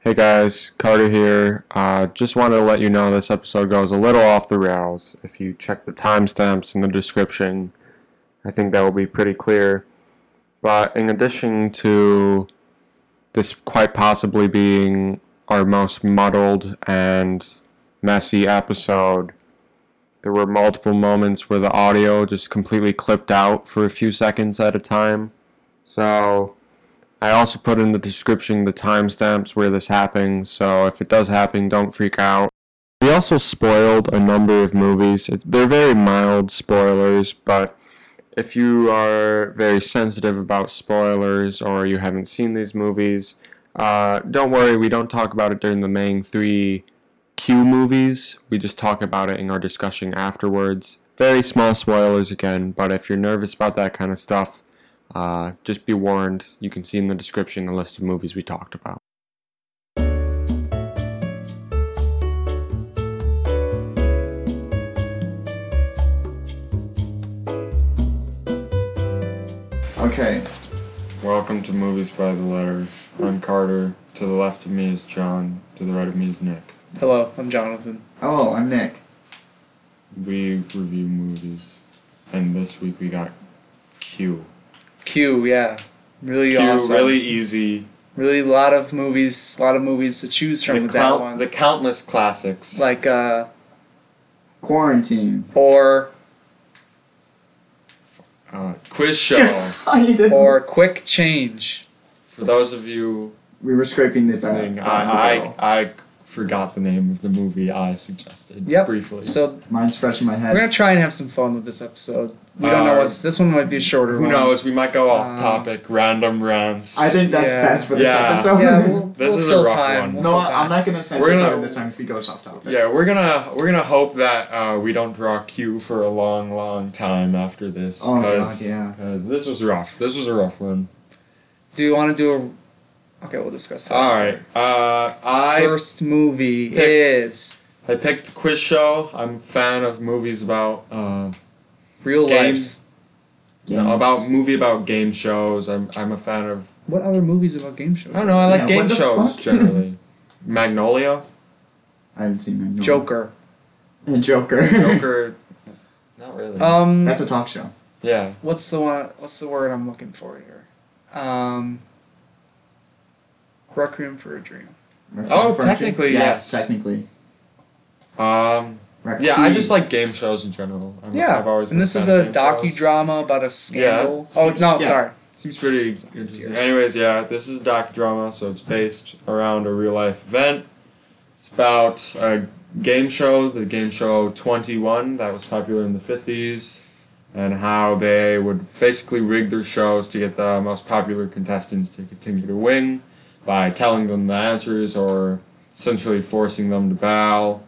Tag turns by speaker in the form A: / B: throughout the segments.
A: Hey guys, Carter here. Uh, just wanted to let you know this episode goes a little off the rails. If you check the timestamps in the description, I think that will be pretty clear. But in addition to this quite possibly being our most muddled and messy episode, there were multiple moments where the audio just completely clipped out for a few seconds at a time. So. I also put in the description the timestamps where this happens, so if it does happen, don't freak out. We also spoiled a number of movies. It- They're very mild spoilers, but if you are very sensitive about spoilers or you haven't seen these movies, uh, don't worry, we don't talk about it during the main three Q movies. We just talk about it in our discussion afterwards. Very small spoilers again, but if you're nervous about that kind of stuff, uh, just be warned, you can see in the description the list of movies we talked about.
B: Okay.
A: Welcome to Movies by the Letter. I'm Carter. To the left of me is John. To the right of me is Nick.
C: Hello, I'm Jonathan.
B: Hello, Oh, I'm Nick.
A: We review movies, and this week we got Q.
C: Q, yeah, really
A: Q,
C: awesome.
A: really easy.
C: really, lot of movies, lot of movies to choose from
A: The,
C: with
A: count-
C: that one.
A: the countless classics.
C: like uh,
B: Quarantine.
C: or
A: uh, quiz show.
C: Oh,
B: you did.
C: or Quick Change.
A: For those of you
B: we were scraping this
A: listening,
B: back.
A: I, I, I forgot the name of the movie I suggested
C: Yep.
A: briefly.
C: So
B: Mine's fresh in my
C: we're
B: head.
C: gonna try and have some fun with this episode. We don't
A: Uh,
C: know what's this one might be a shorter.
A: Who
C: one.
A: knows? We might go off
C: Uh,
A: topic, random rants.
B: I think that's
C: Yeah.
B: best for this
A: Yeah.
B: episode.
C: Yeah, we'll,
A: This
C: we'll
A: is a
C: fill
A: rough
C: time.
A: one.
C: We'll
B: no,
C: fill time.
B: I'm not gonna censor
A: We're
B: you
A: gonna-
B: this time if he goes off topic.
A: Yeah, we're gonna we're gonna hope that uh, we don't draw Q for a long, long time after this.
B: Oh, God,
A: 'cause-
B: yeah.
A: 'cause this was rough. This was a rough one.
C: Do you want to do a? Okay, we'll discuss that.
A: All
C: after.
A: right. Uh, I
C: First movie
A: Picked.
C: is
A: I picked quiz show. I'm a fan of movies about uh,
C: Real
A: Game.
C: Life.
A: you know, about movie about game shows. I'm I'm a fan of.
C: What other movies about game shows?
A: I don't know. I like
B: Yeah, what
A: game
B: the
A: shows
B: fuck?
A: generally. Magnolia,
B: I haven't seen him.
C: Joker.
B: And Joker.
A: Joker. Not really.
C: Um.
B: that's a talk show.
A: yeah.
C: what's the one what's the word I'm looking for here? Um Requiem for a Dream.
A: Oh, technically, yes.
B: Technically.
A: Um.
B: Rec-
A: Yeah, I just like game shows in general. I'm,
C: yeah.
A: I've always.
C: and
A: been
C: this
A: fan
C: is
A: of
C: a
A: game shows.
C: docudrama about a scandal. Oh
A: Seems-
C: no,
B: yeah.
C: sorry.
A: Seems pretty interesting. Anyways, yeah, this is a docudrama, so it's based around a real life event. It's about a game show, the game show 21, that was popular in the 50s, and how they would basically rig their shows to get the most popular contestants to continue to win by telling them the answers or essentially forcing them to bow.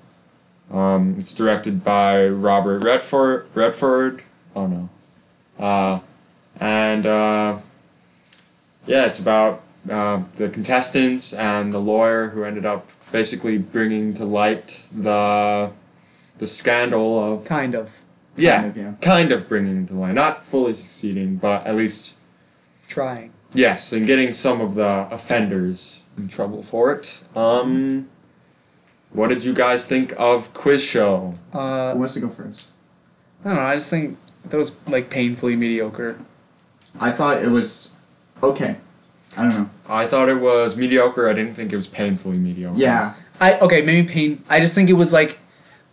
A: Um, it's directed by Robert Redford. Redford. Oh no. Uh, and uh, yeah, it's about uh, the contestants and the lawyer who ended up basically bringing to light the the scandal of
C: Kind of.
A: yeah,
B: Kind of, yeah.
A: kind of bringing to light, not fully succeeding, but at least
C: Trying.
A: Yes, and getting some of the offenders in trouble for it. Um, what did you guys think of Quiz Show?
C: Uh
B: Who wants to go first?
C: I don't know, I just think that was like painfully mediocre.
B: I thought it was okay. I don't know.
A: I thought it was mediocre. I didn't think it was painfully mediocre.
B: Yeah.
C: I okay, maybe pain I just think it was like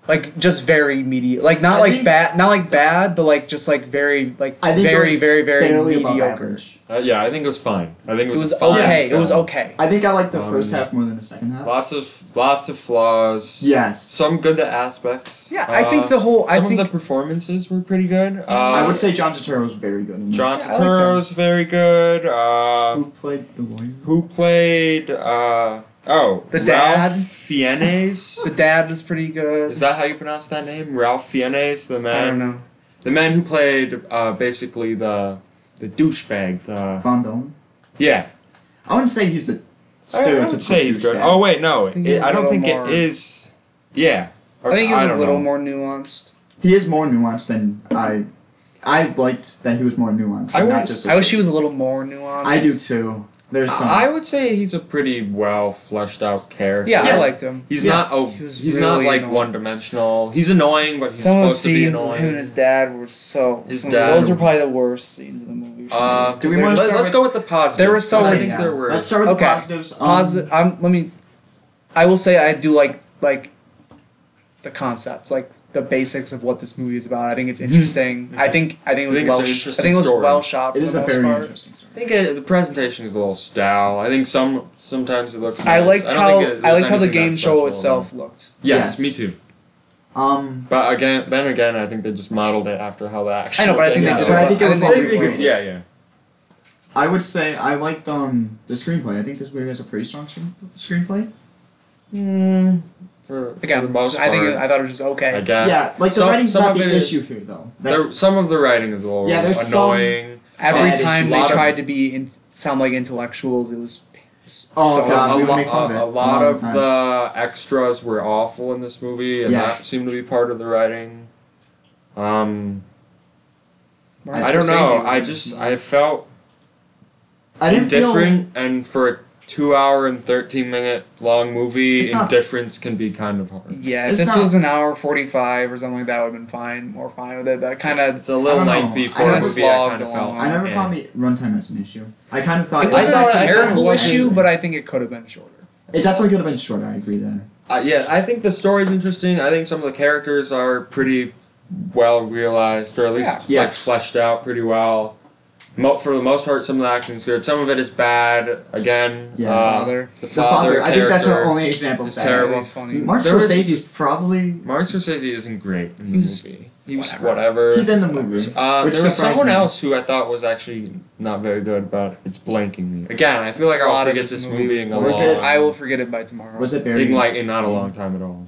C: like just very mediocre. Like not
B: I
C: like
B: think-
C: bad not like bad, but like just like very like
B: I think it
C: very,
B: was
C: very, very
B: barely above
C: mediocre.
B: average.
A: Uh, yeah, I think it was fine. I think it
C: It
A: was.
C: was
A: a fine
C: okay. It
A: film.
C: was okay.
B: I think I like the
A: Um,
B: first half more than the second half.
A: Lots of lots of flaws.
B: Yes.
A: Some good aspects.
C: Yeah, I think
A: Uh,
C: the whole I
A: some
C: think
A: of the performances were pretty good. Uh,
B: I would say John Turturro was very good. In this.
A: John
C: Yeah, I liked
A: Turturro's very good. Uh,
B: Who played the lawyer?
A: who played uh oh
C: The
A: Ralph
C: dad.
A: Fiennes?
C: The dad was pretty good.
A: Is that how you pronounce that name? Ralph Fiennes, the man
C: I don't know.
A: the man who played uh basically the the douchebag, the
B: Von Dolan?
A: yeah.
B: I wouldn't say he's the
A: I,
B: stereotypical.
A: I would say he's good.
B: douchebag.
A: Oh wait, no,
C: I think
A: it,
C: he's a
A: I don't
C: little
A: think
C: more-
A: it is. Yeah,
C: I think it was a
A: don't
C: little
A: know.
C: more nuanced.
B: He is more nuanced than I. I liked that he was more nuanced,
A: I
B: and
A: would-
B: not just.
C: I wish he was a little more nuanced.
B: I do too. There's some.
A: I would say he's a pretty well fleshed out character.
C: Yeah,
B: Yeah.
C: I liked him.
A: He's
B: Yeah.
A: not oh,
C: He was
A: he's not
C: really
A: like
C: annoying.
A: one dimensional. He's annoying, but he's
C: Some of the
A: supposed to be
C: scenes with him and
A: annoying.
C: his dad were so.
A: His
C: some-
A: dad-
C: Those are probably the worst scenes in the movie. for
A: Uh,
B: do
C: me, 'cause
B: we
C: they're
B: wanna
A: Let's,
C: just-
B: start
A: let's go with the positives.
C: There was so
A: I
C: many-
A: think there were.
B: Let's start with
C: Okay.
B: the positives. Um,
C: Posi- um, let me. I will say I do like like the concept, like the basics of what this movie is about. I think
B: Mm-hmm.
C: it's interesting. I think I think it was
A: I think
C: well.
A: it's an
C: I
A: interesting
C: think it was
A: story.
C: well shot. For
B: It is a
C: the most
B: very
C: part.
B: interesting
A: I
B: story.
A: think uh the presentation is a little stale. I think some sometimes it looks.
C: I
A: nice.
C: liked
A: don't
C: how
A: think it-
C: I
A: there's
C: liked how the
A: anything
C: game
A: that's
C: show
A: special.
C: itself looked.
A: Yes,
B: Yes.
A: me too.
B: Um,
A: But again, then again, I think they just modeled it after how the actual.
C: I know, but I think
A: game
B: Yeah,
C: they did.
A: looked.
B: but I think
C: it well.
B: it was
A: They-
B: well
A: they
B: written.
A: could- yeah, yeah.
B: I would say I liked um the screenplay. I think this movie has a pretty strong screen- screenplay.
A: Mm, for, for
C: Again,
A: the most
C: I think
A: part,
C: it, I thought it was just okay.
A: I guess.
B: yeah, like the
A: Some-
B: writing's
A: some
B: not
A: of it
B: the
A: is-
B: issue here though. That's,
A: There, some of the writing is a little
B: Yeah, there's some-
A: annoying.
C: Every
B: That is
C: time
A: a
C: they
A: lot of-
C: tried to be in, sound like intellectuals, it was. s-
B: Oh,
C: so-
B: God.
A: a,
B: we would
A: lo-
B: make fun of
A: a-
B: it
A: a
B: all
A: lot
B: the
A: of
B: time.
A: the extras were awful in this movie, and that
B: Yes.
A: seemed to be part of the writing. Um,
C: Martin
A: I don't
C: Scorsese
A: know.
C: was
A: I
C: in this
A: just
C: movie.
A: I felt
B: I didn't feel.
A: indifferent, and for a two-hour and thirteen-minute long movie,
B: It's not-
A: indifference can be kind of hard.
C: Yeah, if
B: It's
C: this
B: not-
C: was an hour forty-five or something like that, would have been fine, more fine with it. But kind of
A: It's a little
B: I don't know.
A: lengthy
B: I
A: for a
B: never
A: movie. I
C: slogged
A: kind of
C: along.
A: felt.
B: I never
A: eh.
B: found the runtime as an issue. I kind of thought
C: It wasn't
A: I thought-
C: a
A: I
C: terrible
A: thought it was
C: issue,
A: interesting.
C: but I think it could have been shorter.
B: it definitely could have been shorter. I agree there.
A: Uh, yeah, I think the story's interesting. I think some of the characters are pretty well realized, or at least
B: Yeah.
A: like
B: Yes.
A: fleshed out pretty well. Mo- for the most part, some of the acting's good. Some of it is bad. Again,
B: Yeah.
A: uh,
C: Father.
A: the
B: The father.
A: father.
B: I think that's the
A: character
B: only example.
A: is
B: of that.
A: terrible.
C: Really funny.
B: Martin
A: There was-
B: Scorsese's probably
A: Martin Scorsese isn't great in the
C: He was
A: movie. He was
C: whatever.
A: whatever.
B: he's in the
A: uh,
B: movie. which
A: there was
B: surprised
A: someone
B: me.
A: else who I thought was actually not very good, but it's blanking me. Again, I feel like
C: A
A: I'll
C: lot of
A: forget
C: his
A: this
C: movies
A: movie in a
B: were- Was
A: long.
B: it-
C: I will forget it by tomorrow.
B: Was it
A: in
B: Barry?
A: like in not a long time at all.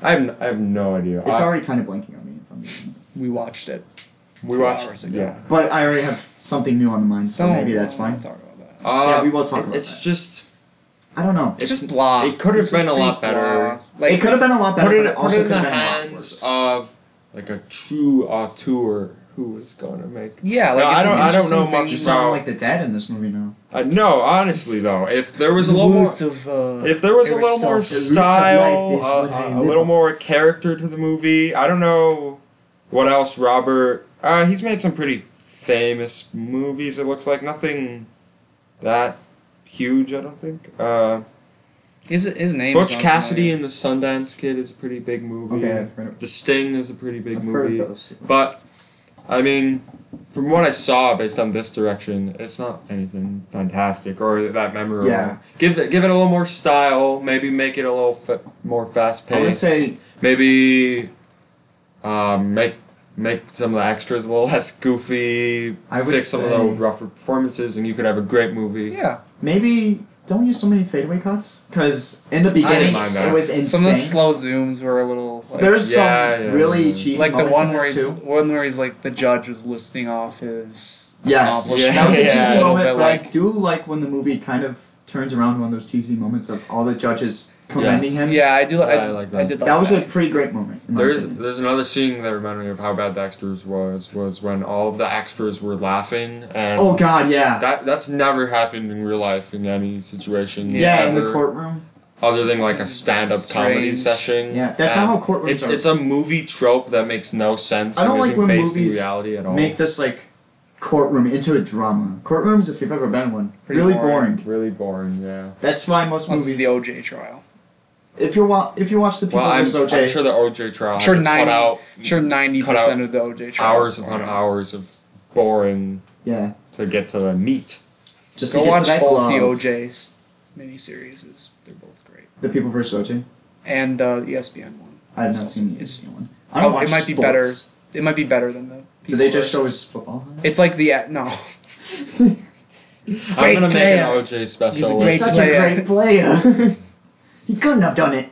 A: I have, n- I have no idea.
B: It's
A: I-
B: already kind of blanking on me. If I'm being honest.
C: We watched it.
A: we
C: two
A: watched.
C: hours ago.
A: Yeah.
B: But I already have something new on the mind, so
C: So
B: maybe that's
C: we'll
B: fine.
C: Talk about that.
A: Uh,
B: Yeah, we will talk
A: it-
B: about
A: It's
B: that.
A: just
B: I don't know.
C: It's,
A: It's-
C: just blah.
A: it could have
C: It's just
A: been a lot
C: pretty
A: better.
C: blah. Like
B: it could have been a lot better.
A: put
B: but
A: it,
B: it
A: put
B: also
A: it in
B: could
A: the
B: have been a lot
A: hands
B: worse.
A: of like a true auteur who was going to make.
C: Yeah, like
A: No,
C: it's
A: I don't-
C: an
A: I don't know
C: interesting
A: much
B: You
C: thing.
B: sound
A: about-
B: like the dead in this movie now.
A: Uh, no, honestly though, if there was a little more,
C: Roots of, uh,
A: if there was a
C: it
A: little more
B: the roots
C: still-
B: of life
A: style,
B: is what I
A: uh, a
B: live
A: little
B: on.
A: more character to the movie. I don't know what else Robert. Uh, he's made some pretty famous movies. It looks like nothing that huge. I don't think. Uh,
C: His his name. is
A: Butch
C: not
A: Cassidy
C: familiar.
A: and the Sundance Kid is a pretty big movie.
B: Okay, I've heard of,
A: The Sting is a pretty big
B: I've heard
A: movie.
B: of those.
A: But I mean, from what I saw based on this direction, it's not anything fantastic or that memorable.
B: Yeah.
A: Give it give it a little more style, maybe make it a little fa- more fast
B: I would
A: paced.
B: say
A: maybe um, make make some of the extras a little less goofy,
B: I would
A: fix some of the
B: say-
A: rougher performances and you could have a great movie.
C: Yeah,
B: maybe don't use so many fadeaway cuts because in the beginning
A: mind that.
B: it was
C: some
B: insane.
C: of the slow zooms were a little. Like, Mm-hmm.
B: There's
A: Yeah,
B: some
A: yeah,
B: really
A: yeah.
B: cheesy
C: like the
B: moments
C: one
B: in
C: where
B: this
C: he's
B: too.
C: one where he's like the judge was listing off his
B: Yes,
A: Yeah,
B: that was a cheesy
A: yeah, a little
B: moment,
C: bit
B: but I
C: like-
B: do like when the movie kind of turns around one of those cheesy moments of all the judges commending him.
C: yeah I do
A: Yeah,
C: I,
A: I like that.
C: did like
B: that was a pretty great moment. in my
A: There's
B: opinion.
A: there's another scene that reminded me of how bad the extras was was when all of the extras were laughing and
B: Oh God, yeah,
A: That that's never happened in real life in any situation.
B: yeah, in the
A: ever,
B: courtroom.
A: Other than like a stand-up comedy
C: Strange.
A: session.
B: Yeah, that's
A: And
B: not how courtrooms
A: It's
B: are.
A: it's a movie trope that makes no sense
B: I don't
A: and
B: like
A: isn't
B: when
A: based in
B: movies
A: reality at all.
B: Make this like courtroom into a drama. Courtrooms, if you've ever been in one,
C: Pretty
B: really
C: boring.
B: boring.
A: really boring. Yeah.
B: That's why most
C: This
B: movies.
C: is the OJ trial.
B: if you wa- if you watch the people
A: Well, I'm,
B: versus OJ,
A: I'm sure the OJ trial
C: I'm
A: had
C: sure
A: to cut
C: ninety.
A: out
C: I'm sure ninety percent of the OJ trial.
A: hours upon hours of boring
B: yeah,
A: to get to the meat.
B: just
C: Go
B: to get
C: watch
B: to that
C: both
B: glove,
C: the OJ's miniseries. They're both great,
B: the people versus OJ.
C: and uh, the ESPN one.
B: I have not seen the
C: It's-
B: ESPN one. I don't
C: oh,
B: watch
C: it might be
B: sports.
C: better. It might be better than the.
B: Do they
C: people
B: just
C: versus-
B: show his football? highlights?
C: It's like the uh, no.
A: I'm
C: Great
A: gonna
C: player.
A: make an OJ
C: He's a
A: special.
C: great
B: He's
A: with-
B: Oh, such
C: player.
B: a great player. he couldn't have done it.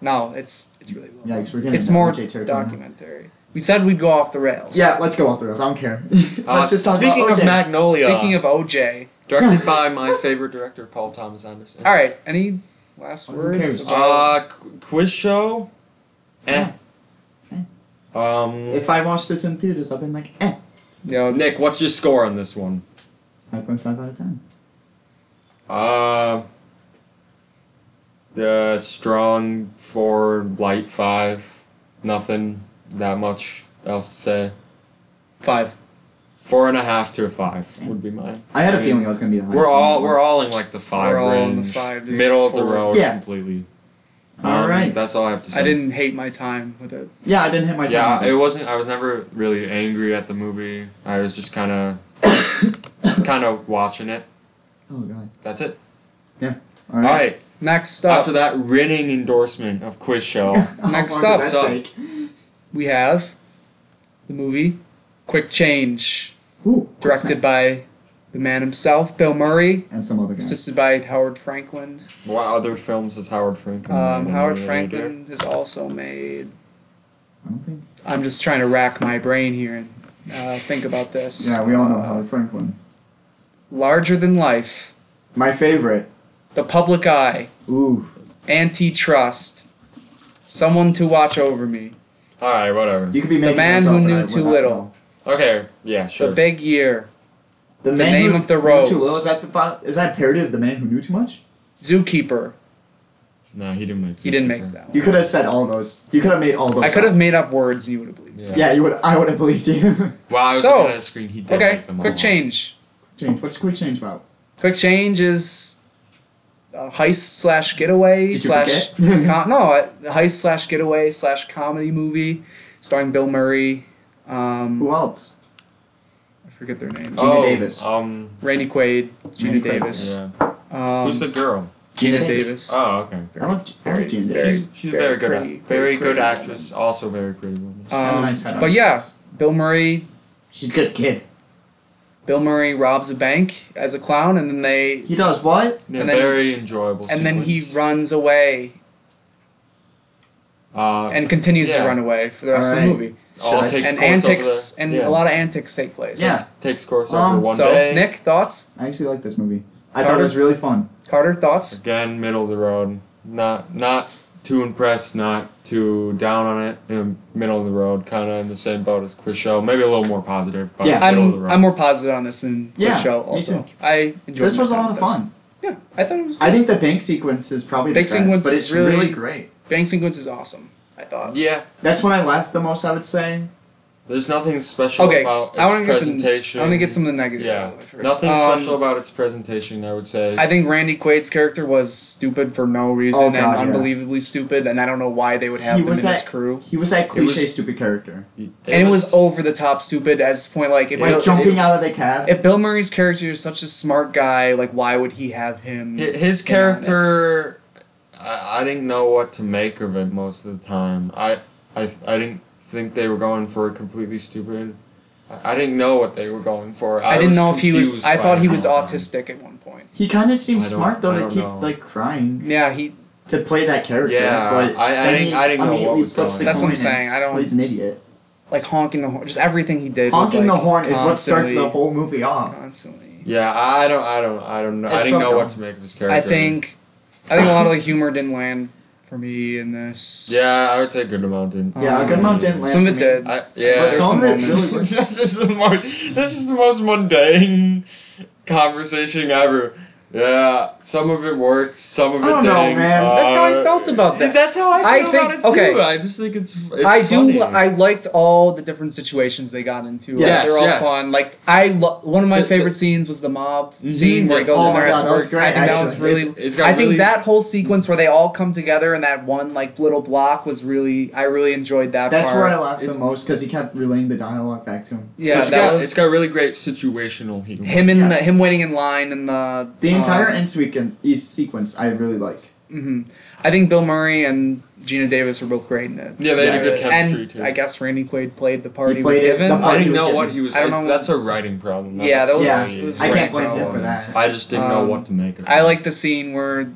C: No, it's it's really well.
B: Yikes, we're getting
C: it's
B: into
C: more
B: OJ territory now.
C: documentary. We said we'd go off the rails.
B: Yeah, let's go off the rails. I don't care. let's
A: Uh,
B: just talk
A: speaking of
B: about OJ.
A: Magnolia,
C: Speaking of OJ,
A: directed by my favorite director Paul Thomas Anderson.
C: all right. Any last
B: Who
C: words?
B: cares?
C: About,
A: Uh, qu- quiz show. Eh. Um.
B: if I watched this in theaters, I've been like, eh,
C: you know,
A: Nick, what's your score on this one?
B: five point five out of ten.
A: Uh, the strong four, light five. Nothing that much else to say.
C: Five.
A: Four and a half to a five would be mine.
B: I had a
A: mean,
B: feeling I was gonna be the highest.
A: We're all
B: on that
A: we're all in like the 5
C: We're all
A: range,
C: in the five to
A: middle of the
C: four.
A: road
B: Yeah.
A: completely. Um,
B: All right.
A: That's all I have to say.
C: I didn't hate my time with it.
B: one. Yeah, I didn't hit my
A: Yeah,
B: time.
A: it wasn't. I was never really angry at the movie. I was just kind of, kind of watching it.
B: oh god.
A: That's it.
B: All
A: All
B: right.
A: right.
C: Next up,
A: After that ringing endorsement of Quiz Show,
B: How
C: Next
B: long did
C: up,
B: that
A: so-
B: take?
C: we have the movie Quick Change,
B: Ooh,
C: directed by the man himself, Bill Murray,
B: and some other guy.
C: assisted by Howard Franklin.
A: what other films has Howard Franklin?
C: Um,
B: Mm-hmm.
A: made?
C: Howard
A: Any idea?
C: Franklin has also made.
B: I don't think.
C: I'm just trying to rack my brain here and uh, think about this.
B: Yeah, we all know
C: Uh,
B: Howard Franklin.
C: Larger than life,
B: My favorite.
C: the public eye,
B: Ooh.
C: antitrust, someone to watch over me,
A: All right, whatever.
B: You could be
C: The
B: making
C: man
B: this
C: who
B: up, and
C: knew
B: I would
C: too
B: not
C: little.
B: know.
A: Okay. Yeah. Sure.
C: the big year,
B: The,
C: The
B: man
C: Name
B: who
C: of the
B: knew
C: Rose.
B: Too little. Is that the bo- is that a parody of the man who knew too much?
C: zookeeper.
A: no, he didn't make.
C: He didn't
A: Zootopia.
C: make that.
B: You
C: One.
B: could have said all those. You could have made all those.
C: I could have
B: up.
C: made up words and you would have believed.
A: Yeah.
B: Yeah, you would. I would have believed you.
A: Wow. I was
C: So,
A: looking at the screen. He did
C: Okay,
A: make them
C: quick
A: all.
C: change.
B: change. What's quick change about?
C: Quick change is a heist slash getaway
B: Did you
C: slash
B: forget?
C: com- no a heist slash getaway slash comedy movie starring Bill Murray. Um,
B: Who else?
C: I forget their names.
B: Gina
A: oh,
B: Davis.
A: Um.
C: Randy Quaid, Gina
B: Randy Quaid,
C: Davis.
A: Yeah.
C: Um,
A: Who's the girl?
C: Gina
B: Gina Davis.
C: Davis?
A: Oh, okay.
B: I love G- I like Gina
C: very-
B: Davis.
A: She's, she's a
C: very
A: very good,
C: pretty-
A: act-
C: very
A: very good
C: pretty
A: actress. Also very pretty woman.
B: Uh, got a
C: Um,
B: nice head on
C: but
B: her.
C: yeah, Bill Murray.
B: She's a good kid.
C: Bill Murray robs a bank as a clown, and then they
B: He does what?
A: yeah,
C: and then-
A: very enjoyable.
C: and then he
A: sequence.
C: runs away
A: Uh,
C: and continues to
A: Yeah.
C: run away for the rest of the
B: Alright.
C: movie.
A: all
B: Should I
A: takes
B: say-
C: and
A: course over
C: antics
A: the-
C: and
A: yeah.
C: a lot of antics take place.
B: Yeah.
A: takes course
B: Um,
A: over one
C: so
A: day.
C: Nick, thoughts?
B: I actually like this movie. I
C: Carter?
B: thought it was really fun.
C: Carter, thoughts?
A: Again, middle of the road. Not not too impressed, not too down on it. Um, middle of the road, kind of in the same boat as Quiz Show. Maybe a little more positive, but
B: Yeah.
A: middle of the
C: I'm
A: road.
C: I'm more positive on this than the
B: Yeah,
C: show.
B: me
C: Also,
B: too.
C: I enjoyed.
B: This
C: my
B: was a
C: time
B: lot of
C: with this.
B: fun.
C: Yeah, I thought it was.
B: I think the bank sequence is probably
C: Bank
B: the best,
C: sequence
B: but
C: is
B: it's
C: really-
B: great.
C: Bang sequence is awesome. I thought.
A: yeah,
B: That's when I laughed the most. I would say.
A: there's nothing special
C: Okay,
A: about its
C: I want to get
A: presentation.
C: the, I want to get some of the negatives out
A: Yeah,
C: of the way first.
A: nothing
C: Um,
A: special about its presentation. I would say.
C: I think Randy Quaid's character was stupid for no reason
B: Oh,
C: and
B: God, yeah.
C: unbelievably stupid, and I don't know why they would have
B: he
C: him in
B: was
C: this
B: that
C: crew.
B: He was that
A: It was-
B: cliche stupid character,
A: it
C: and it was over the top stupid as to the point like if
B: like
C: Bill,
B: jumping out of the cab.
C: if Bill Murray's character is such a smart guy, like why would he have him?
A: Hi- His
C: in on this?
A: character, I, I didn't know what to make of it most of the time. I, I, I didn't think they were going for completely stupid. I, I didn't know what they were going for. I,
C: I, didn't
A: was
C: know if he was.
A: confused
C: I
A: by
C: thought
A: it
C: he
A: all
C: was
A: the time.
C: autistic at one point.
B: he kind of seemed
A: I don't-
B: smart though
A: I
B: to
A: don't
B: keep
A: know.
B: like crying
C: Yeah, he.
B: to play that character.
A: Yeah,
B: but
A: I- I
B: then
A: didn't-
B: he
A: I didn't know what
B: immediately
A: was
B: flips
A: going
B: the
A: on.
C: That's what I'm
B: coin and
C: saying, I
B: just
C: don't-
B: Plays an idiot.
C: like honking the horn, just everything he did. was,
B: Honking the
C: like,
B: horn is what starts the
C: constantly-
B: whole movie off.
C: Constantly,
A: Yeah, I I don't, I don't, I don't know. I
B: It's
A: didn't
B: so
A: know what to
B: dumb.
A: make of his
C: I
A: character.
C: think, I think a lot of the humor didn't land for me in this.
A: Yeah, I would say Good Amount didn't.
B: Yeah,
C: Um,
B: Good Mom didn't land.
C: Some of
B: for
C: it
B: me.
C: did.
A: I, yeah.
B: But
C: There's
B: some of it
C: moments.
B: really was.
A: this is the most. This is the most mundane conversation ever. Yeah, some of it worked, some of it
B: I don't know,
A: didn't.
B: man.
C: That's how I felt about
A: Uh,
C: that.
A: That's how I
C: I
A: feel
C: think-
A: about it too.
C: okay.
A: I just think it's. it's
C: I do.
A: funny.
C: I liked all the different situations they got into. Like,
B: Yes,
C: they're all
A: yes.
C: fun. Like I, lo- one of my
A: The- the-
C: favorite scenes was the mob scene where he
A: yes.
C: goes
A: Oh
C: in
A: my
C: there
A: God,
C: as
B: that was
C: work. I
B: great,
C: think that was
A: actually.
C: really.
A: It's- it's got
C: I think
A: really-
C: that whole sequence where they all come together in that one like little block was really. I really enjoyed that.
B: That's
C: part.
B: where I laughed
A: It's-
B: the most because he kept relaying the dialogue back to him.
C: Yeah,
A: So it's
C: that
A: got,
C: was
A: it's got really great situational humor.
C: him in
B: Yeah.
C: the, him waiting in line and the
B: The entire
C: um,
B: end weekend East sequence I really like.
C: hmm I think Bill Murray and Gina Davis were both great in it.
A: Yeah, they
B: had a good
A: chemistry,
C: and
A: too.
C: I guess Randy Quaid played the part he,
B: He
C: was
B: played it-
C: given.
B: the
A: I
B: part-
A: didn't
B: he was
A: know
B: in-
A: what he was.
C: I don't know-
A: That's a writing problem. not
C: Yeah, that was-
A: necessarily
C: Yeah, it was
A: a
C: I can't
A: writing
C: blame him
B: for
A: problem.
B: that.
A: I just didn't know
C: Um,
A: what to make of it.
C: I like the scene where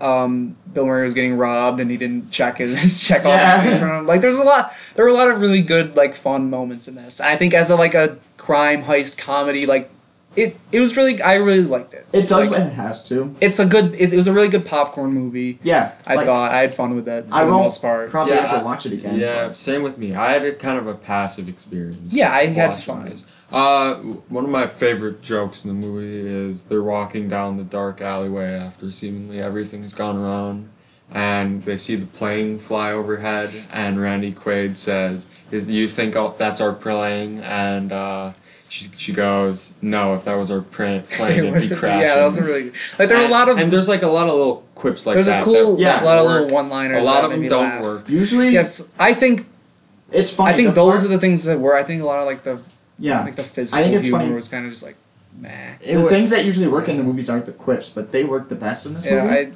C: um, Bill Murray was getting robbed and he didn't check his check all
B: Yeah.
C: the money from him. Like, there's a lot. There were a lot of really good like fun moments in this. I think as a like a crime heist comedy, like it it was really I really liked it.
B: It does
C: Like,
B: and it has to.
C: it's a good. It, it was a really good popcorn movie.
B: Yeah.
C: I
B: like,
C: thought I had fun with it for
B: I
C: the
B: won't
C: most part.
B: probably
A: Yeah,
B: ever
A: I-
B: watch it again.
A: Yeah, same with me. I had a kind of a passive experience.
C: Yeah, I had
A: watching
C: fun.
A: this. Uh, one of my favorite jokes in the movie is they're walking down the dark alleyway after seemingly everything's gone wrong, and they see the plane fly overhead, and Randy Quaid says, "Is you think all, that's our plane?" And uh, she she goes, "No, if that was our pr- plane, it'd be crashing."
C: yeah, that was a really like there were a
A: And-
C: lot of
A: and there's like a lot of little quips like
C: there's
A: that.
C: a cool
A: that-
B: Yeah.
A: that
C: a lot of
A: work.
C: little one liners.
A: A lot of them don't work.
B: Usually,
C: Yes, I think
B: it's funny.
C: I think
B: the
C: those
B: part-
C: are the things that were. I think a lot of like the
B: yeah.
C: like the physical
B: it's
C: humor
B: funny.
C: was kind of just like, meh.
A: It
B: the
A: wa-
B: things that usually work in the movies aren't the quips, but they work the best in this
C: Yeah,
B: movie.
C: I,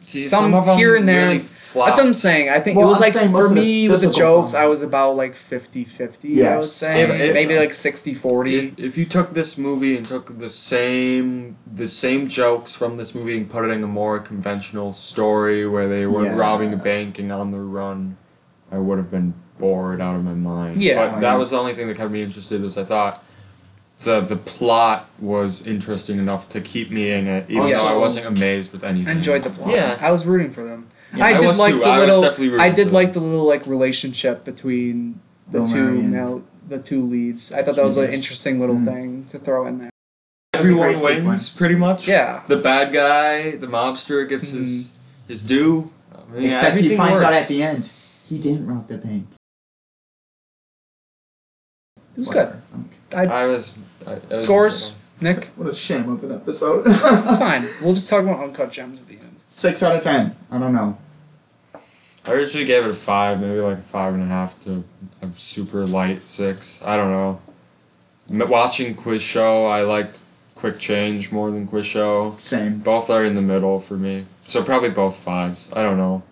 A: See,
C: Some
A: them
C: here and there.
A: Really
C: That's that's what I'm saying. I think
B: Well,
C: it was
B: I'm
C: like
B: saying most
C: for
B: of the
C: me with the
B: physical
C: jokes,
B: comedy.
C: I was about like 50-50, I
B: Yes.
C: was saying
A: Yeah, but it-
C: maybe like 60-40.
A: If, if you took this movie and took the same the same jokes from this movie and put it in a more conventional story where they were
B: Yeah.
A: robbing a bank and on the run, I would have been bored out of my mind.
C: Yeah.
A: But that was the only thing that kept me interested is I thought the the plot was interesting enough to keep me in it, even
C: Yes.
A: though I wasn't amazed with anything.
C: I enjoyed the plot.
A: Yeah.
C: I was rooting for them.
B: Yeah,
C: I
A: I
C: did
A: was
C: like
A: too.
C: the
A: I was
C: little.
A: definitely rooting
C: I did
A: for
C: like
A: them.
C: the little like relationship between the
B: Bill
C: two
B: Murray and-
C: now the two leads. I thought that was an
B: Jesus.
C: interesting little
B: Mm.
C: thing to throw in there.
A: Everyone
B: It was a great
A: wins
B: sequence.
A: pretty much.
C: Yeah.
A: The bad guy, the mobster, gets his his due. I mean,
B: Mm-hmm. Except he
A: everything
B: finds out
A: works.
B: at the end he didn't rob the bank.
C: It was good.
B: Whatever. Okay.
A: I was I, I was
C: Scores, Nick.
B: What a sham of an episode.
C: It's fine. We'll just talk about uncut gems at the end.
B: Six out of ten. I don't know.
A: I originally gave it a five, maybe like a five and a half to a super light six. I don't know. M- Watching Quiz Show, I liked Quick Change more than Quiz Show.
B: Same.
A: Both are in the middle for me, so probably both fives. I don't know.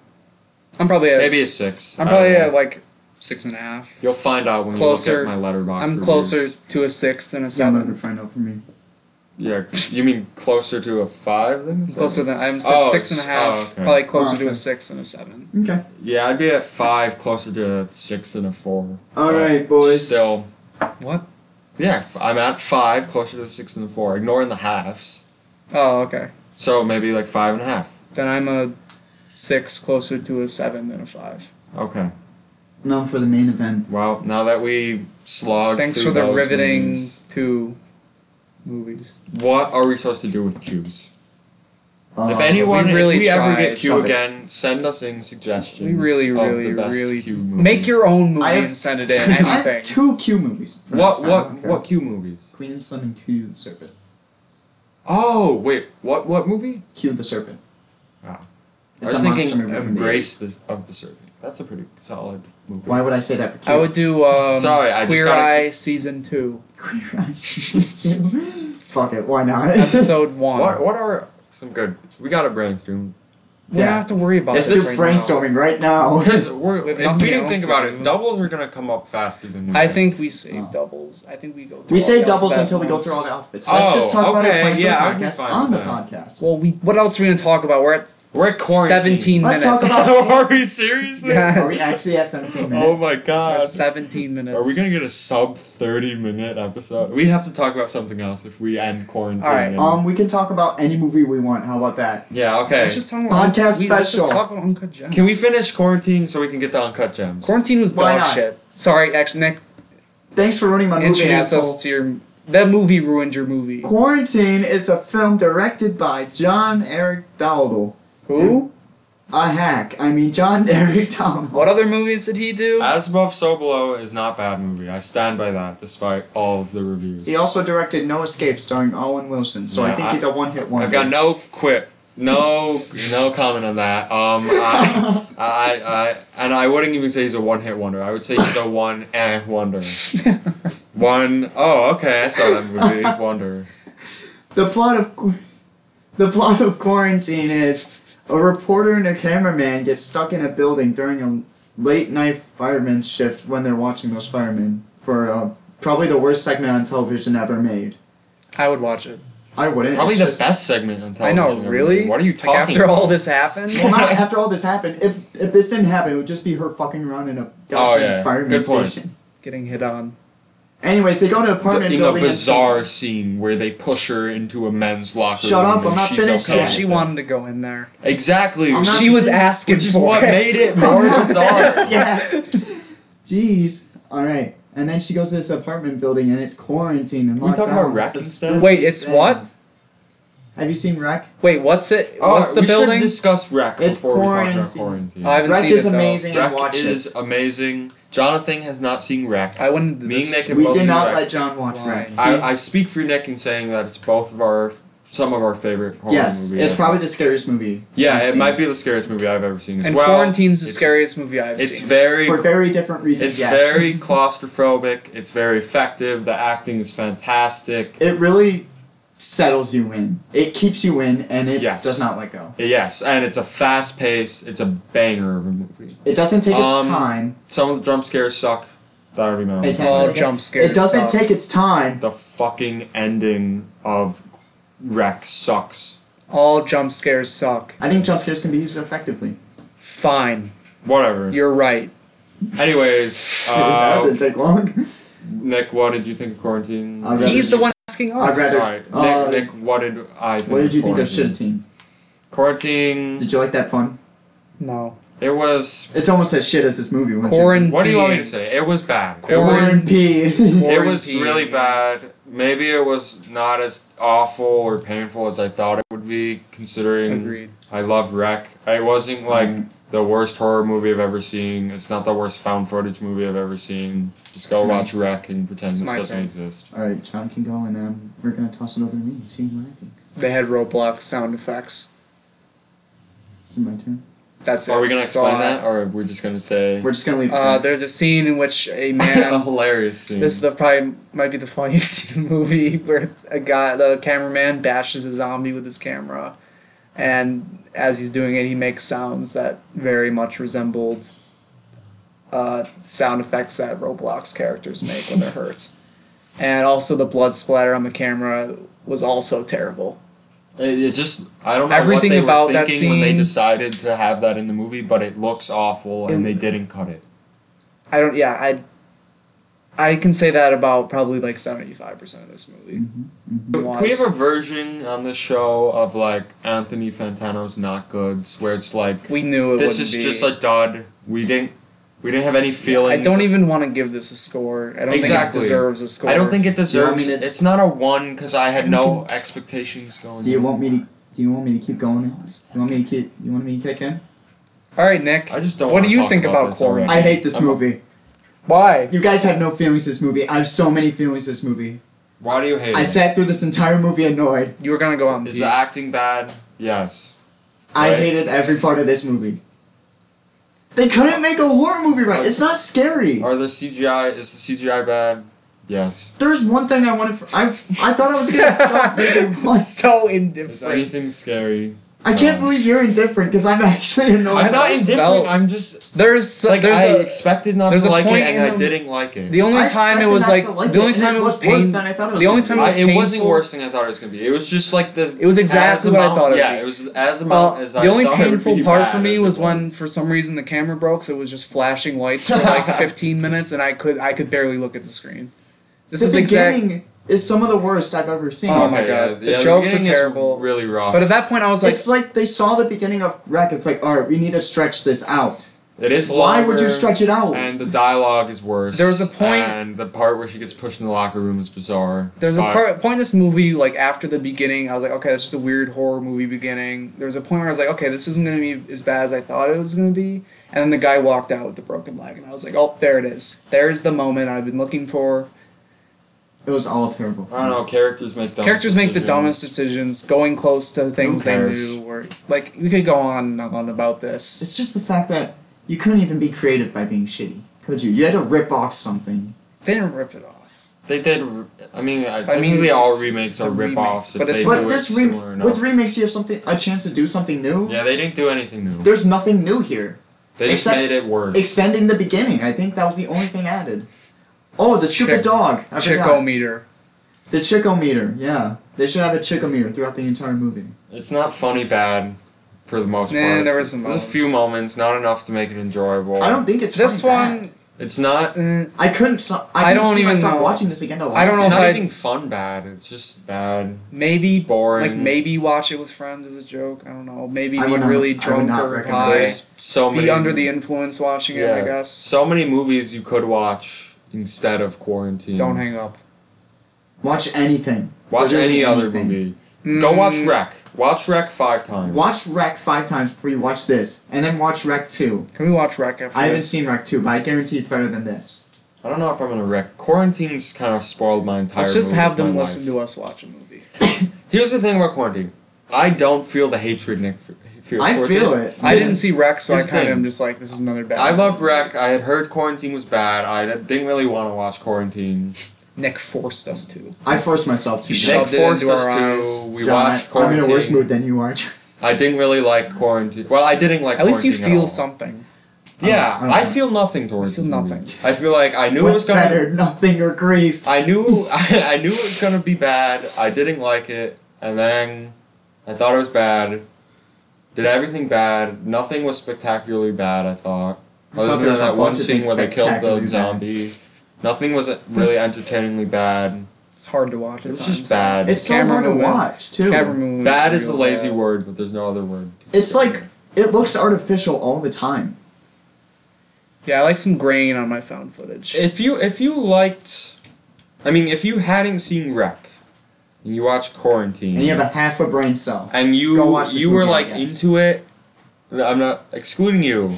C: I'm probably at,
A: Maybe a six.
C: I'm
A: I don't
C: probably
A: know.
C: at like six and a half.
A: You'll find out when
C: Closer-
A: you look at my letterbox.
C: I'm
A: reviews.
C: closer to a six than a
B: You'll never
C: seven.
B: find out for me.
A: Yeah, you mean closer to a five than a seven?
C: Closer than I'm six,
A: Oh,
C: six and a
A: s-
C: half.
A: oh, okay.
C: Probably closer to
B: okay.
C: a six than a seven.
B: Okay.
A: Yeah, I'd be at five, closer to a six than a four.
B: All
A: But
B: right, boys.
A: Still,
C: What?
A: Yeah, f- I'm at five, closer to the six than the four, ignoring the halves.
C: Oh, okay.
A: So maybe like five and a half.
C: Then I'm a six, closer to a seven than a five.
A: Okay.
B: Now for the main event.
A: Well, now that we slogged
C: Thanks
A: through
C: for the
A: those
C: riveting
A: movies,
C: two movies.
A: what are we supposed to do with cubes?
B: Uh,
A: if anyone,
C: really
A: if we ever
C: tried
A: get cube
B: something.
A: again, send us in suggestions.
C: We really,
A: of
C: really,
A: the best
C: really
A: cube movies.
C: make your own movie
B: I have-
C: and send it in.
B: I have
C: Anything.
B: two Q movies. for
A: What
B: this, I
A: what
B: don't care.
A: what cube movies?
B: Queen and Slim and Q the Serpent.
A: Oh wait, what what movie?
B: Q the Serpent.
A: Oh. I
B: It's
A: was
B: a monster
A: thinking
B: movie from the
A: Embrace the of the Serpent. That's a pretty solid movie.
B: Why would I say that for Q?
C: I would do um,
A: Sorry, I just
C: Queer
A: gotta-
C: Eye season two,
B: Queer Eye Season 2. Fuck it, why not?
C: episode one.
A: What what are some good? We got a brainstorm.
C: We don't
B: Yeah.
C: have to worry about
B: It's
C: this
B: just
C: right now.
B: brainstorming right now.
A: Because we're,
C: We have
A: if
C: nothing
A: we didn't
C: else
A: think about
C: to
A: it,
C: do.
A: doubles are gonna come up faster than we.
C: I
A: do.
C: think we save
B: Oh.
C: doubles. I think we go. Through
B: we
C: all
B: say
C: the
B: doubles
C: alphabet
B: until we go
C: once.
B: through all the outfits. Let's
A: Oh,
B: just talk about
A: okay,
B: it playing
A: yeah,
B: for
A: I'd
B: the
A: be
B: podcast
A: fine
B: on the
A: with
B: podcast.
C: Well, we. What else are we gonna talk about? We're at
A: we're at quarantine.
C: seventeen
B: Let's talk
C: minutes.
B: about-
A: Are we seriously?
C: Yes.
B: Are we actually at 17 minutes?
A: Oh my
C: We're
A: god.
C: at seventeen minutes.
A: Are we gonna get a sub thirty minute episode? We have to talk about something else if we end quarantine.
C: All right,
A: and-
B: Um, we can talk about any movie we want. How about that?
A: yeah. Okay.
C: Let's just talk about
B: Podcast
C: we- Let's just
B: special.
C: talk about Uncut Gems.
A: Can we finish quarantine so we can get to uncut gems?
C: Quarantine was
B: Why
C: dog
B: not?
C: shit. Sorry, actually, Nick,
B: Thanks for ruining my movie.
C: introduce
B: asshole.
C: us to your. That movie ruined your movie.
B: Quarantine is a film directed by John Eric Dowdle.
C: Who?
B: A hack. I mean, John Eric Dowdle.
C: What other movies did he do?
A: As above, so below is not a bad movie. I stand by that, despite all of the reviews.
B: He also directed No Escape, starring Owen Wilson. So
A: Yeah,
B: I think
A: I-
B: he's a one-hit wonder.
A: I've got no quip, no no comment on that. Um, I, I, I, and I wouldn't even say he's a one hit wonder. I would say he's a one and wonder. One oh okay, I saw that movie. Wonder.
B: The plot of Qu- the plot of Quarantine is a reporter and a cameraman get stuck in a building during a late night fireman shift when they're watching those firemen for uh, probably the worst segment on television ever made.
C: I would watch it.
B: I wouldn't.
A: Probably
B: it's
A: the
B: just-
A: best segment on television.
C: I know,
A: ever.
C: really.
A: What are you
C: Like,
A: talking?
C: after
A: about?
C: all this happened?
B: Well, not after all this happened. If if this didn't happen, it would just be her fucking around in a goddamn
A: Oh, yeah.
B: fireman
A: Good point.
B: station.
C: Getting hit on.
B: Anyways, they go to an apartment
A: in a
B: building. and-
A: bizarre scene where they push her into a men's locker
B: Shut
A: room
B: up, I'm
A: and
B: not
A: she's
B: finished
A: okay
C: So
B: yet.
A: with
C: she
A: it.
C: wanted to go in there.
A: exactly
B: I'm
A: which
B: not
A: is-
C: She was asking
A: which is
C: for
A: what
C: it.
A: made it more bizarre
B: yeah. Jeez. All right. And then she goes to this apartment building and it's quarantined and
A: we
B: locked
A: talking
B: down
A: about Wreck
B: with
A: and
B: the
A: stuff?
B: spooky
C: Wait, it's what?
B: things. Have you seen Wreck?
C: Wait, what's it?
A: Oh,
C: what's the
A: we should
C: building?
A: discuss wreck
B: It's
A: before we talk about
B: quarantine.
A: quarantine
C: I haven't
B: Wreck
C: seen
B: is
C: it though.
B: amazing and
A: Wreck
B: watch it.
A: is amazing Jonathan has not seen wreck
C: I went into
A: Meaning
C: this.
A: they can
B: We
A: both
B: did
A: do
B: not
A: Wreck.
B: let John watch
C: Why?
B: Wreck.
A: I, I speak for Nick in saying that it's both of our some of our favorite horror
B: yes,
A: movies.
B: it's probably the scariest movie.
A: yeah,
B: I've
A: it
B: seen.
A: might be the scariest movie I've ever seen as
C: and
A: well.
C: quarantine's the
A: it's-
C: scariest movie I've
A: It's
C: seen.
A: very
B: for very different reasons.
A: it's
B: yes.
A: very claustrophobic. It's very effective. The acting is fantastic.
B: It really settles you in. It keeps you in, and it
A: Yes.
B: does not let go.
A: Yes, and it's a fast pace. It's a banger of a movie.
B: It doesn't take
A: Um,
B: its time.
A: Some of the jump scares suck. That already know.
B: Hey, can I say
C: oh,
B: that again?
C: jump scares.
B: It doesn't
C: suck.
B: take its time.
A: The fucking ending of Wreck sucks.
C: All jump scares suck.
B: I think jump scares can be used effectively.
C: Fine,
A: Whatever.
C: you're right.
A: Anyways,
B: that
A: uh,
B: didn't take long.
A: Nick, what did you think of quarantine?
B: I'd rather-
C: He's the one asking us.
B: I'd rather-
A: Sorry, Nick,
B: Uh,
A: Nick, what did I think?
B: What did you
A: of
B: think of
A: quarantine?
B: Shit Team?
A: Quarantine.
B: Did you like that pun?
C: No.
A: It was.
B: It's almost as shit as this movie. wouldn't you?
C: Quarantine.
A: What do you want me to say? It was bad. It was,
B: Warren P.
A: it was
C: Quarantine.
A: really bad. Maybe it was not as awful or painful as I thought it would be, considering
C: Agreed.
A: I love Wreck. It
C: Mm-hmm.
A: wasn't like
B: Mm.
A: the worst horror movie I've ever seen. It's not the worst found footage movie I've ever seen. Just go
B: Mm.
A: watch Wreck and pretend
C: Mm-hmm. It's
A: this
C: my
A: doesn't
C: turn.
A: exist.
B: All right, John can go, and um, we're gonna toss it over to me. See what I think.
C: They had Roblox sound effects.
B: Is it my turn?
C: That's it.
A: Are we gonna
C: That's all
A: explain
C: I-
A: that, or we're just gonna say
B: We're just gonna leave. it
C: Uh,
B: there.
C: there's a scene in which a
A: a
C: man
A: hilarious scene?
C: This is the probably might be the funniest scene in the movie where a guy, the cameraman, bashes a zombie with his camera, and as he's doing it, he makes sounds that very much resembled uh, sound effects that Roblox characters make when they're hurt. And also the blood splatter on the camera was also terrible.
A: It, it just I don't know
C: Everything
A: what they
C: about
A: were
C: that
A: thinking when they
C: scene-
A: decided to have that in the movie, but it looks awful and
C: It-
A: they didn't cut it.
C: I don't. Yeah, I. I can say that about probably like seventy five percent of this movie.
A: Mm.
B: Mm-hmm,
A: Can we have a version on the show of like Anthony Fantano's not goods, where it's like
C: We knew it
A: this
C: would
A: is
C: be.
A: just a dud. We didn't we didn't have any
C: I
A: feelings.
C: don't even want to give this a score. I don't
A: Exactly.
C: think it deserves a score.
A: I don't think it deserves.
B: mean it-
A: It's not a one because I had no expectations going.
B: mm-hmm. do you
A: in.
B: want me to? Do you want me to keep going? You want me to keep? You want me to kick in?
C: All right, Nick.
A: I just don't.
C: What do
A: wanna
C: you
A: talk
C: think
A: about,
C: about
A: this already.
B: I hate this
A: I'm-
B: movie.
C: Why?
B: You guys have no feelings this movie. I have so many feelings this movie.
A: Why do you hate?
B: I
A: it?
B: sat through this entire movie annoyed.
C: You were gonna go on.
A: Is
C: the-
A: the acting bad? Yes.
B: I
A: Right.
B: hated every part of this movie. They couldn't make a horror movie right. It's not scary.
A: Are the CGI? Is the CGI bad? Yes.
B: There's one thing I wanted. For, I I thought I was gonna. drop it once.
C: so
A: Is
C: indifferent.
A: anything scary?
B: I can't believe you're indifferent because I'm actually annoyed.
A: I'm
C: That's
A: not
C: how it
A: indifferent.
C: felt.
A: I'm just
C: There's so-
A: like
C: there's
A: I
C: a-
A: expected not
C: there's
A: to
C: a
A: like it,
C: point
A: and
C: in
A: I
C: the-
A: didn't like it.
C: the only
B: I
C: time
B: expected
C: it was
B: not
C: like,
B: to like
C: the
B: it,
C: only
B: and
C: time
B: it
C: it was
B: was worse
C: pain.
B: than I thought it was
C: the only
B: gonna
C: time
B: be.
C: it was
A: I, it wasn't
C: painful-
A: worse than I thought it was gonna be. It was just like the.
C: It was
A: as
C: exactly what I
A: amount-
C: thought it'd
A: Yeah,
C: be.
A: it was as amount
C: Uh,
A: as I
C: the only
A: thought it would
C: painful
A: be
C: part
A: bad
C: for me
A: as it
C: was when, for some reason, the camera broke, so it was just flashing lights for like 15 minutes, and I could I could barely look at the screen. This
B: the
C: is exact.
B: beginning is some of the worst I've ever seen.
C: Oh my
A: Okay, yeah,
C: God. The
A: yeah,
C: jokes are
A: beginning is
C: terrible.
A: Really rough.
C: But at that point, I was like,
B: it's like they saw the beginning of Wreck. It's like, all right, we need to stretch this out.
A: it is
B: Why would you
A: longer,
B: stretch it out?
A: And the dialogue is worse.
C: There was a point-
A: And the part where she gets pushed in the locker room is bizarre.
C: There's a
A: but-
C: part, point in this movie, like after the beginning, I was like, okay, that's just a weird horror movie beginning. There was a point where I was like, okay, this isn't going to be as bad as I thought it was going to be. And then the guy walked out with the broken leg, and I was like, oh, there it is. There's the moment I've been looking for.
B: it was all terrible.
A: I don't know. Characters make dumb
C: Characters make the
A: decisions.
C: dumbest decisions, going close to things they
A: cares?
C: knew. Or, like, we could go on and on about this.
B: It's just the fact that you couldn't even be creative by being shitty, could you? You had to rip off something.
C: They didn't rip it off.
A: They did. r- I mean, I,
C: I mean,
A: technically all
C: it's-
A: remakes
C: it's a
A: are
C: remake,
A: rip-offs if
C: but it's
A: they
C: like-
B: but
A: do it
B: this re-
A: similar enough.
B: with remakes, you have something a chance to do something new.
A: yeah, they didn't do anything new.
B: There's nothing new here.
A: They just
B: Except-
A: made it worse.
B: Extending the beginning, I think that was the only thing added. Oh, the stupid
C: Chick-
B: dog. I
C: Chico
B: forgot.
C: meter.
B: The chicometer, yeah. They should have a chicometer throughout the entire movie.
A: it's not funny bad for the most
C: Nah,
A: part.
C: there were some
A: There's a
C: moments.
A: few moments, not enough to make it enjoyable.
B: I don't think it's
C: This
B: funny bad.
C: one,
A: It's not.
C: Mm,
B: I couldn't. So- I,
C: I
B: couldn't
C: don't
B: see
C: even
B: myself
C: know.
B: watching this again. To
C: I don't
A: It's
C: know if
A: not
C: I-
A: even fun bad. It's just bad.
C: maybe
A: It's boring.
C: like maybe watch it with friends as a joke. I don't know. Maybe
B: I
C: be
B: would not- I
C: really
B: would
C: drunk
B: not
C: or
B: recommend
C: high.
A: There's so many.
C: Be under the influence watching it. I
A: Yeah.
C: guess.
A: So many movies you could watch instead of quarantine.
C: Don't hang up.
B: Watch anything.
A: Watch
B: Literally
A: any other
B: anything.
A: movie. Go
C: Mm,
A: watch Wreck. Watch Wreck five times.
B: Watch Wreck five times before you watch this, and then watch Wreck two.
C: Can we watch Wreck after?
B: I haven't
C: this?
B: seen Wreck two, but I guarantee it's better than this.
A: I don't know if I'm gonna wreck. Quarantine just kind of spoiled my entire.
C: Let's just
A: mood
C: have
A: of my
C: them
A: life.
C: listen to us watch a movie.
A: Here's the thing about quarantine. I don't feel the hatred Nick f- feels.
B: I
A: towards
B: feel
A: it.
B: it.
C: I didn't see Wreck, so I
A: Here's the
C: kind of
A: thing.
C: am just like, this is another bad.
A: I love
C: movie.
A: Wreck. I had heard Quarantine was bad. I d- didn't really want to watch Quarantine.
C: Nick forced us to.
B: I forced myself to.
C: You
B: do
C: shoved
B: that.
A: Nick
C: it
A: forced
C: into
A: us
C: our
A: to.
C: eyes.
A: We
B: John,
A: watched
B: I, I'm in
A: Quarantine.
B: a worse mood than you are.
A: I didn't really like Quarantine. Well, I didn't like.
C: At least you
A: Quarantine
C: feel
A: all.
C: something.
A: Yeah,
B: I don't
A: I,
B: know.
A: feel nothing towards.
C: You feel
A: this movie.
C: nothing.
A: I feel like I knew it
B: Uh-huh. What's
A: was gonna.
B: better, nothing or grief?
A: I knew I, I knew it was gonna be bad. I didn't like it, and then I thought it was bad. Did everything bad. Nothing was spectacularly bad. I thought,
B: I
A: other
B: thought there
A: than
B: was a
A: that one
B: bunch of
A: scene
B: things
A: where they killed
B: spectacularly
A: the
B: bad.
A: zombie. Nothing was really entertainingly bad.
C: It's hard to watch. At
A: It was
C: times.
A: just bad.
B: It's so
C: Camera
B: hard to
C: movement.
B: watch too.
C: Camera movement
A: bad
C: was
A: is a
C: real
A: lazy
C: bad.
A: word, but there's no other word. to
B: It's
A: describe
B: like
A: it.
B: it looks artificial all the time.
C: Yeah, I like some grain on my found footage.
A: if you if you liked, I mean, if you hadn't seen Wreck, and you watched Quarantine,
B: And you have a half a brain cell.
A: and you
B: Go watch this
A: you were
B: movie, I
A: like
B: guess.
A: into it. No, I'm not excluding you.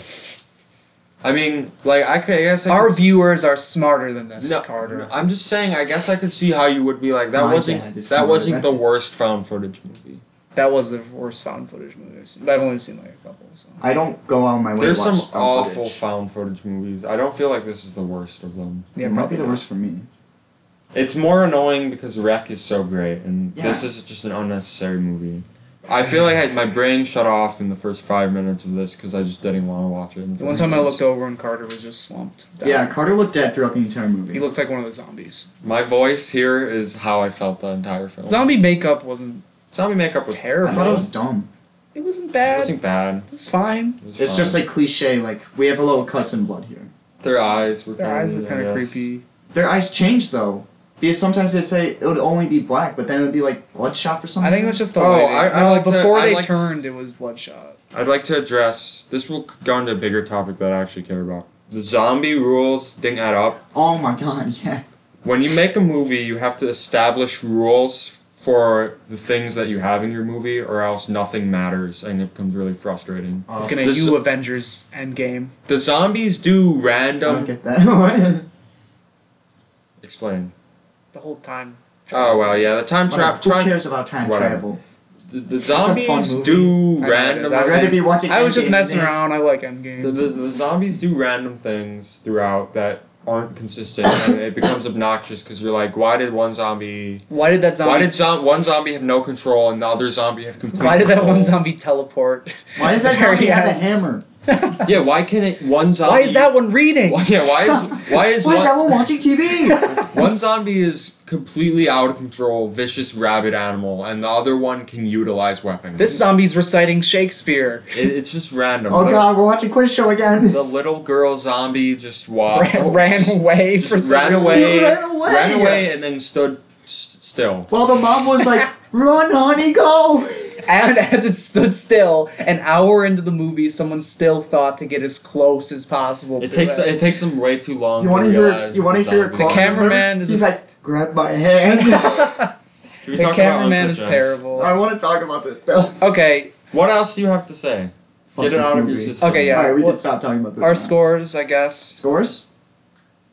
A: I mean, like I, could, I guess I
C: Our
A: could,
C: viewers are smarter than this,
A: No,
C: Carter.
A: no, I'm just saying. I guess I could see how you would be like that.
B: My dad
A: wasn't
B: is
A: that
B: smarter
A: wasn't the
B: than-
A: worst found footage movie?
C: That was the worst found footage movie I've seen, but I've only seen like a couple. So.
B: I don't go out of my way.
A: There's
B: to
A: some
B: watch found
A: awful
B: footage.
A: found footage movies. I don't feel like this is the worst of them.
C: Yeah,
B: it might
C: probably
B: be the worst for me.
A: It's more annoying because Wreck is so great, and this
B: Yeah.
A: is just an unnecessary movie. I feel like I, my brain shut off in the first five minutes of this because I just didn't want to watch it. in the
C: The one
A: first
C: time I
A: place.
C: looked over and Carter was just slumped. down.
B: Yeah, Carter looked dead throughout the entire movie.
C: he looked like one of the zombies.
A: My voice here is how I felt the entire film.
C: Zombie makeup wasn't
A: Zombie makeup was
B: I
C: terrible.
B: thought it was dumb.
C: It wasn't
A: It
C: bad.
A: wasn't bad.
C: It was fine.
A: It was
B: It's
A: fine.
B: just like cliche. Like we have a little cuts and blood here.
A: their eyes were.
C: Their eyes were
A: kind
C: kind of creepy.
B: Their eyes change though, because sometimes they say it would only be black, but then it would be like bloodshot or something.
C: I think it was just the
A: Oh,
C: lighting.
A: I- I
C: no,
A: liked it-
C: before
A: I
C: they
A: liked- Oh.
C: turned, it was bloodshot.
A: I'd like to address this. Will go into a bigger topic that I actually care about. The zombie rules didn't add up.
B: Oh my god! Yeah.
A: When you make a movie, you have to establish rules for the things that you have in your movie, or else nothing matters, and it becomes really frustrating.
C: Looking at
A: This-
C: you, Avengers Endgame.
A: The zombies do random.
B: don't get that.
A: Explain.
C: The whole time.
A: Oh well, yeah. The time trap.
B: Who
A: Try.
B: cares about time
A: Whatever.
B: travel?
A: The, the
B: a fun
A: zombies
B: movie.
A: do
C: I know it
A: random.
C: is. I
B: I'd rather be watching.
C: I was just
B: Endgame than
C: messing
B: this.
C: around. I like
A: The,
C: Endgame.
A: the, the zombies do random things throughout that aren't consistent, and it becomes obnoxious because you're like, why did one zombie?
C: Why did that zombie?
A: Why did zo- one zombie have no control and the other zombie have complete?
C: why did that
A: control?
C: one zombie teleport?
B: Why does that
C: There
B: zombie
C: he
B: have a
C: is.
B: hammer?
A: Yeah, why can it one zombie?
C: Why is that one reading?
A: Oh, Why, yeah, why is why is,
B: Why
A: one,
B: is that one watching TV?
A: one zombie is completely out of control, vicious rabid animal, and the other one can utilize weapons.
C: This zombie's reciting Shakespeare.
A: It- it's just random.
B: oh
A: The-
B: god, we're watching quiz show again.
A: The little girl zombie just walked,
C: ran, ran
A: Oh, just,
C: away
A: just
C: for some
A: ran away,
B: Ran away.
A: ran away, and then stood s- still.
B: Well, the mom was like, "Run, honey, go!"
C: And as it stood still, an hour into the movie, someone still thought to get as close as possible.
A: It
C: to
A: takes
C: it.
A: it takes them way too long.
B: You
A: want to
B: hear?
A: realize
B: You
A: that
B: want to
A: the
B: hear? A
A: zombies-
B: quote?
C: The cameraman is-
B: He's like, "Grab my hand."
A: Can we
C: the
A: talk about
C: cameraman
A: Uncle
C: is
A: James?
B: I
C: terrible.
B: want to talk about this though.
C: Okay,
A: What else do you have to say?
B: Fuck
A: Get it
B: this
A: out of your
B: movie.
A: system.
C: Okay, yeah.
B: All right, we
C: Well,
B: can stop talking about this. now.
C: our scores, I guess.
B: Scores?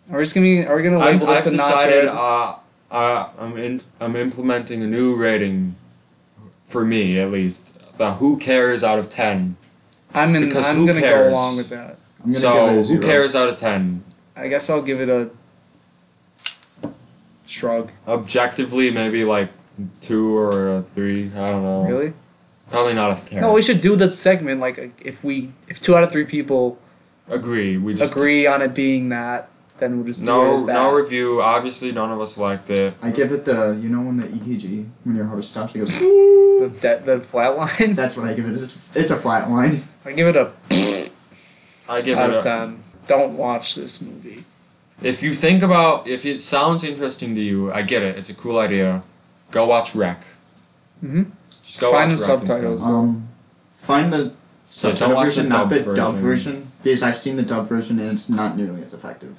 C: Are we just gonna be, are we gonna
A: I've,
C: label this
A: I've
C: a not
A: decided.
C: good?
A: Uh, uh, I'm in, I'm implementing a new rating, for me at least. The who cares out of ten.
C: I'm in,
A: because
C: I'm
A: who
C: gonna
A: cares?
C: go along with that.
B: I'm gonna give it
A: So
B: a
A: who
B: zero.
A: cares out of ten?
C: I guess I'll give it a shrug.
A: Objectively, maybe like two or a three. I don't know.
C: Really?
A: Probably not a fair.
C: No, we should do the segment like uh, if we if two out of three people
A: agree. We just
C: agree on it being that, then we'll just do it
A: No,
C: as that.
A: no review. Obviously, none of us liked it.
B: I give it the you know when the EKG when your heart stops it goes.
C: the, de- the flat line.
B: That's what I give it. It's, it's a flat line.
C: I give it a
A: I give
C: out
A: it a
C: of ten. don't watch this movie.
A: If you think about, if it sounds interesting to you, I get it. It's a cool idea. Go watch Wreck.
C: hmm
A: Just go
C: Find
A: watch
C: the
A: Wreck instead.
C: subtitles.
B: Um, find the subtitle
A: watch the
B: version, not the
A: dubbed
B: dub
A: version.
B: version, because I've seen the dub version and it's not nearly as effective.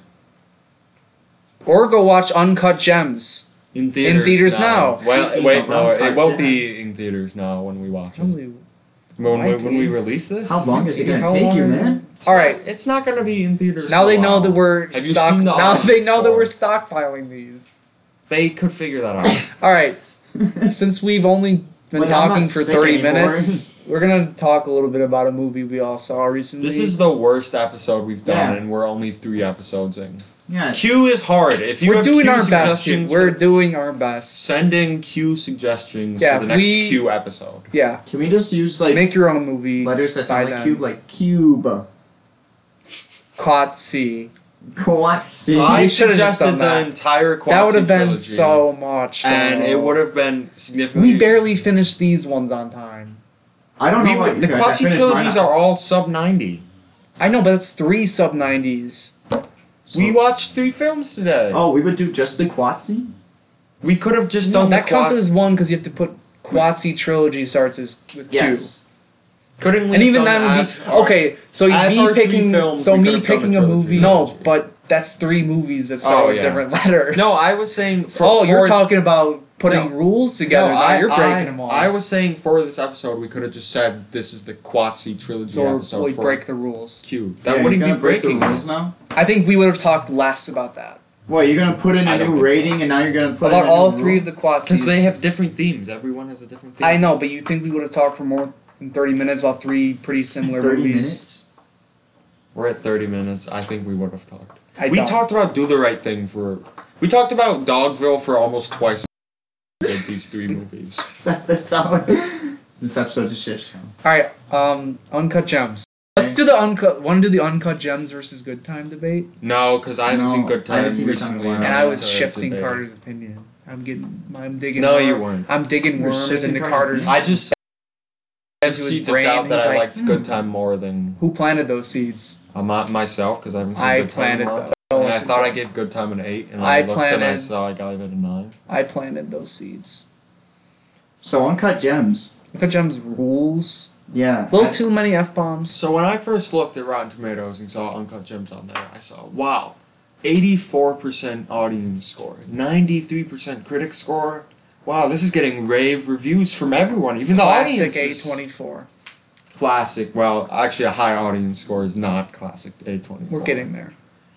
C: Or go watch Uncut Gems.
A: In theaters,
C: theaters now.
A: Well,
B: Speaking
A: wait,
B: of
A: no, it
B: Uncut
A: won't
B: Gems.
A: be in theaters now when we watch it.
C: Only-
A: When,
C: might
A: when, when we
C: be.
A: release this?
B: How long is it gonna
C: How
B: take you,
C: long-
B: man?
A: It's
C: All
A: not-
C: right.
A: It's not going to be in theaters.
C: Now
A: for a
C: they know
A: while.
C: that we're
A: you
C: stock-
A: seen the
C: now they
A: audience
C: know that
A: score?
C: we're stockpiling these.
A: They could figure that out.
C: All right, since we've only been
B: Like, I'm
C: talking
B: not
C: for
B: sick
C: 30
B: anymore.
C: minutes, we're going to talk a little bit about a movie we all saw recently.
A: this is the worst episode we've done,
B: Yeah.
A: and we're only three episodes in.
B: Yeah.
A: Q is hard. If you
C: we're
A: have
C: doing
A: Q
C: our best. dude.
A: suggestions,
C: We're
A: for-
C: doing our best.
A: send in Q suggestions
C: Yeah,
A: for the next
C: we-
A: Q episode.
C: Yeah.
B: Can we just use like
C: Make your own movie.
B: letters that sound
C: by
B: like
C: them.
B: cube, like cube,
C: Caught C.
B: Quatsi?
A: I
C: We should've just
A: suggested
C: done
A: the
C: that.
A: entire Quatsi
C: That would have been
A: trilogy,
C: so much.
A: and
C: though.
A: it would have been significantly.
C: We barely finished these ones on time.
B: I don't know
A: We
B: about
A: were-
B: you
A: the
B: guys. I
A: Quatsi
B: finished
A: trilogies
B: mine.
A: are all sub ninety.
C: I know, but it's three sub 90s.
B: So-
A: We watched three films today.
B: Oh, we would do just the Quatsi.
A: We could have just
C: No,
A: done
C: that
A: the
C: counts
A: Quat-
C: as one because you have to put Quatsi trilogy starts as with Q.
B: Yes.
A: Couldn't we?
C: And
A: have
C: even
A: done
C: that would
A: as
C: be
A: our-
C: okay. So
A: as
C: me
A: our three
C: picking,
A: films,
C: so
A: we
C: me
A: could've done
C: picking
A: the
C: a
A: trilogy.
C: movie. No, but that's three movies that start
A: Oh,
C: with
A: yeah.
C: different letters.
A: No, I was saying. For,
C: oh, you're
A: for-
C: talking about putting
A: No.
C: rules together.
A: No,
C: now
A: I,
C: you're breaking
A: I-
C: them all.
A: I was saying for this episode, we could have just said this is the Quatsi trilogy
C: or
A: episode
C: we
A: for
C: break the rules.
A: Q. That
B: yeah,
A: wouldn't
B: you're
A: be
B: gonna break
A: breaking
B: the rules now.
C: I think we would have talked less about that.
B: What you're gonna put in
A: I
B: a
A: don't
B: new
A: think so.
B: rating, and now you're gonna put
C: about
B: in a
C: all
B: new
C: three
B: rule?
C: of the Quatsis.
A: because they have different themes. Everyone has a different theme.
C: I know, but you think we would have talked for more than thirty minutes about three pretty similar
B: thirty
C: movies?
B: minutes.
A: We're at thirty minutes. I think we would have talked.
C: I
A: we
C: don't.
A: talked about do the right thing for. We talked about Dogville for almost twice. Did these three movies.
B: That's how. This episode is shit show.
C: All right, um, uncut gems. Let's do the uncut. Want to do the uncut gems versus good time debate?
A: No, because I haven't
B: No,
A: seen Good
B: I haven't
A: Time
B: seen Good Time in a
A: recently.
B: while.
C: And
A: I'm
C: I was
A: tired of
C: shifting
A: debating.
C: Carter's opinion. I'm getting. I'm digging.
A: No,
C: worm-
A: you weren't.
C: I'm digging
B: You're
C: worms
B: shifting
C: into
B: Carter's
C: Carter's.
A: I just I have
C: Into his
A: seeds of
C: brain,
A: doubt
C: and
A: that
C: he's
A: I
C: like,
A: liked Good Time more than
C: Who planted those seeds?
A: uh, my, myself because I haven't seen
C: I
A: Good Time. in a
C: planted
A: long
C: those.
A: time. And I
C: listen
A: thought
C: to
A: I
C: me.
A: gave Good Time an eight, and I,
C: I
A: looked and I
C: planted-
A: saw I gave it a nine.
C: I planted those seeds.
B: So uncut gems.
C: Uncut gems rules.
B: Yeah.
C: A little too many f bombs.
A: So when I first looked at Rotten Tomatoes and saw Uncut Gems on there, I saw wow, eighty-four percent audience score, ninety-three percent critic score. Wow, this is getting rave reviews from everyone, even the
C: Classic
A: audience. is-
C: A24.
A: Classic. Well, actually, a high audience score is not classic A twenty.
C: We're getting there.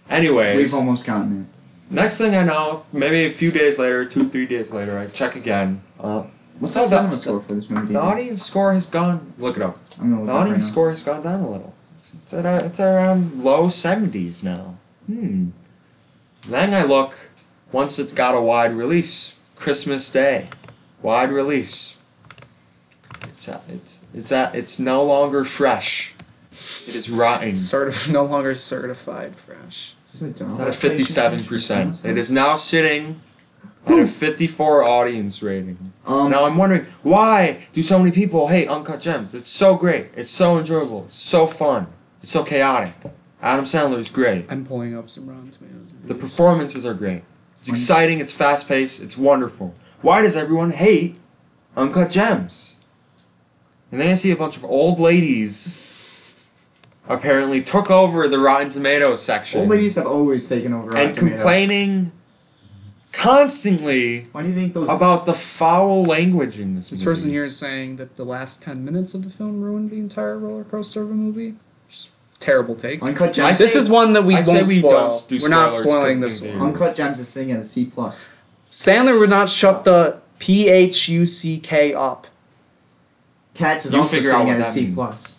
A: Anyways,
B: We've almost gotten it.
A: Next thing I know, maybe a few days later, two, three days later, I check again. Uh,
B: What's
A: No,
B: the
A: the-
B: cinema
A: the-
B: score for this movie?
A: the
C: Mm-hmm.
A: audience score has gone. Look it up.
B: I'm gonna
A: The
B: look it up
A: audience
B: right now.
A: score has gone down a little. It's, it's, at, a- it's around low 70s now. Hmm. Then I look, once it's got a wide release, Christmas Day, wide release. It's at, it's it's at, it's no longer fresh. It is rotting.
C: It's
A: It's
C: sort of no longer certified fresh.
B: Is it
A: at a 57%. It is now sitting at a 54 audience rating.
B: Um,
A: Now I'm wondering why do so many people hate Uncut Gems? It's so great. It's so enjoyable. It's so fun. It's so chaotic. Adam Sandler's great.
C: I'm pulling up some Rotten Tomatoes.
A: The
C: reviews.
A: performances are great. It's exciting. It's fast paced. It's wonderful. Why does everyone hate Uncut Gems? And then I see a bunch of old ladies apparently took over the Rotten Tomatoes section
B: old ladies have always taken over. Rotten
A: and
B: Tomatoes.
A: complaining constantly
B: Why do you think those?
A: about the foul language in this.
C: This
A: movie.
C: person here is saying that the last 10 minutes of the film ruined the entire roller coaster of a movie. Just terrible take.
B: uncut
A: I
B: gems.
A: say-
C: This is one that we
A: I say
C: won't
A: we
C: spoil.
A: don't do
C: We're
A: spoilers
C: not
A: 'cause
C: spoiling
A: it's
C: this
A: in
C: one.
A: theaters.
B: uncut gems is sitting at a C plus.
C: Sandler would not shut the P H U C K up.
B: Cats is
A: You
B: also
A: figure
B: sitting
A: out what
B: at a
A: that
B: C
A: means.
B: plus.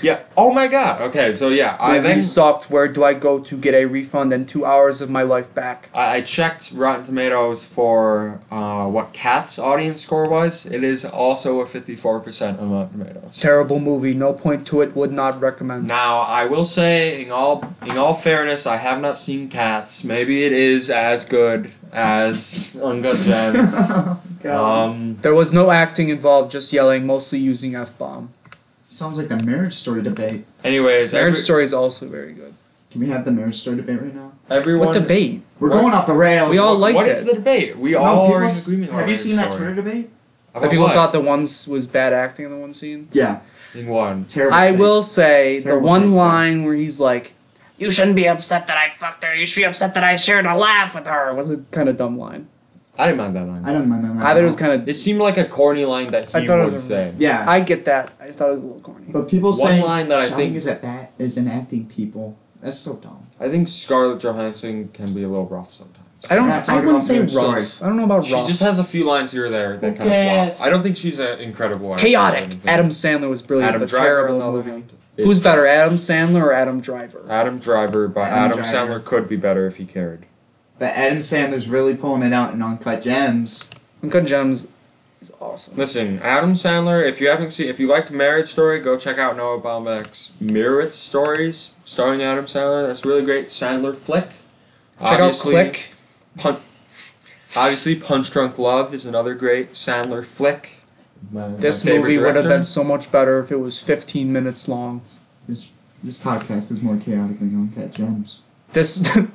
A: Yeah. Oh my God. Okay. So yeah, I
C: I
A: then
C: sucked. Where do I go to get a refund and two hours of my life back?
A: I I checked Rotten Tomatoes for uh, what Cat's audience score was. It is also a fifty-four percent on Rotten Tomatoes.
C: Terrible movie. No point to it. Would not recommend.
A: Now I will say, in all in all fairness, I have not seen Cats. Maybe it is as good as Uncut Gems.
B: Oh,
A: um,
C: There was no acting involved. Just yelling, mostly using f bomb.
B: Sounds like the marriage story debate.
A: anyways,
C: Marriage
A: every,
C: Story is also very good.
B: Can we have the nerd store debate right now?
A: Everyone.
C: What debate?
B: We're
A: What?
B: going off the rails.
C: We all liked
A: What
C: it.
A: is the debate? We
B: No,
A: all
B: people
A: are in
B: s-
A: agreement.
B: Have
A: on
B: you
A: our
B: seen that
A: story.
B: Twitter debate?
A: About
C: That people
A: what?
C: thought the ones was bad acting in the one scene.
B: Yeah,
A: in one.
B: terrible.
C: I
B: takes.
C: will say the
B: Terrible
C: one
B: takes, though.
C: line where he's like, "You shouldn't be upset that I fucked her. You should be upset that I shared a laugh with her." Was a kind of dumb line.
A: I didn't mind that line.
B: I don't mind that.
C: I thought it was kind of.
A: It seemed like a corny line that
C: I
A: he
C: thought it
A: would
C: was a-
A: say.
B: Yeah,
C: I get that. I thought it was a little corny.
B: but people
A: One
B: saying
A: line that I
B: shouting
A: think-
B: is at bat is an acting people. That's so dumb.
A: I think Scarlett Johansson can be a little rough sometimes.
C: I don't.
B: We're not
C: I
B: talking
C: wouldn't
B: about
C: say rough.
B: Nerd Story.
C: I don't know about
A: She
C: rough.
A: just has a few lines here or there that kind of
B: Yes.
A: flop. I don't think she's an incredible actress or
C: chaotic.
A: anything.
C: Adam Sandler was brilliant,
A: Adam
C: but
A: Driver on
C: terrible
A: the
C: in the
A: other
C: movie.
A: hand.
C: Who's
A: is-
C: better, Adam Sandler or Adam Driver?
A: Adam Driver, but Adam,
B: Adam Driver.
A: Sandler could be better if he cared.
B: But Adam Sandler's really pulling it out in Uncut Gems.
C: Uncut Gems is awesome.
A: Listen, Adam Sandler. If you haven't seen, if you liked Marriage Story, go check out Noah Baumbach's Mirroritz Stories, starring Adam Sandler. That's a really great Sandler flick.
C: Check out Click.
A: Pun- obviously, Punch Drunk Love is another great Sandler flick. My- my
C: This
A: favorite
C: movie would have
A: director.
C: been so much better if it was 15 minutes long.
B: This this podcast is more chaotic than Uncut Gems.
C: This the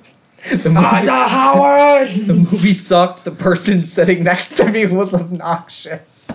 A: Ida
C: movie, the
A: Howard.
C: movie sucked. The person sitting next to me was obnoxious.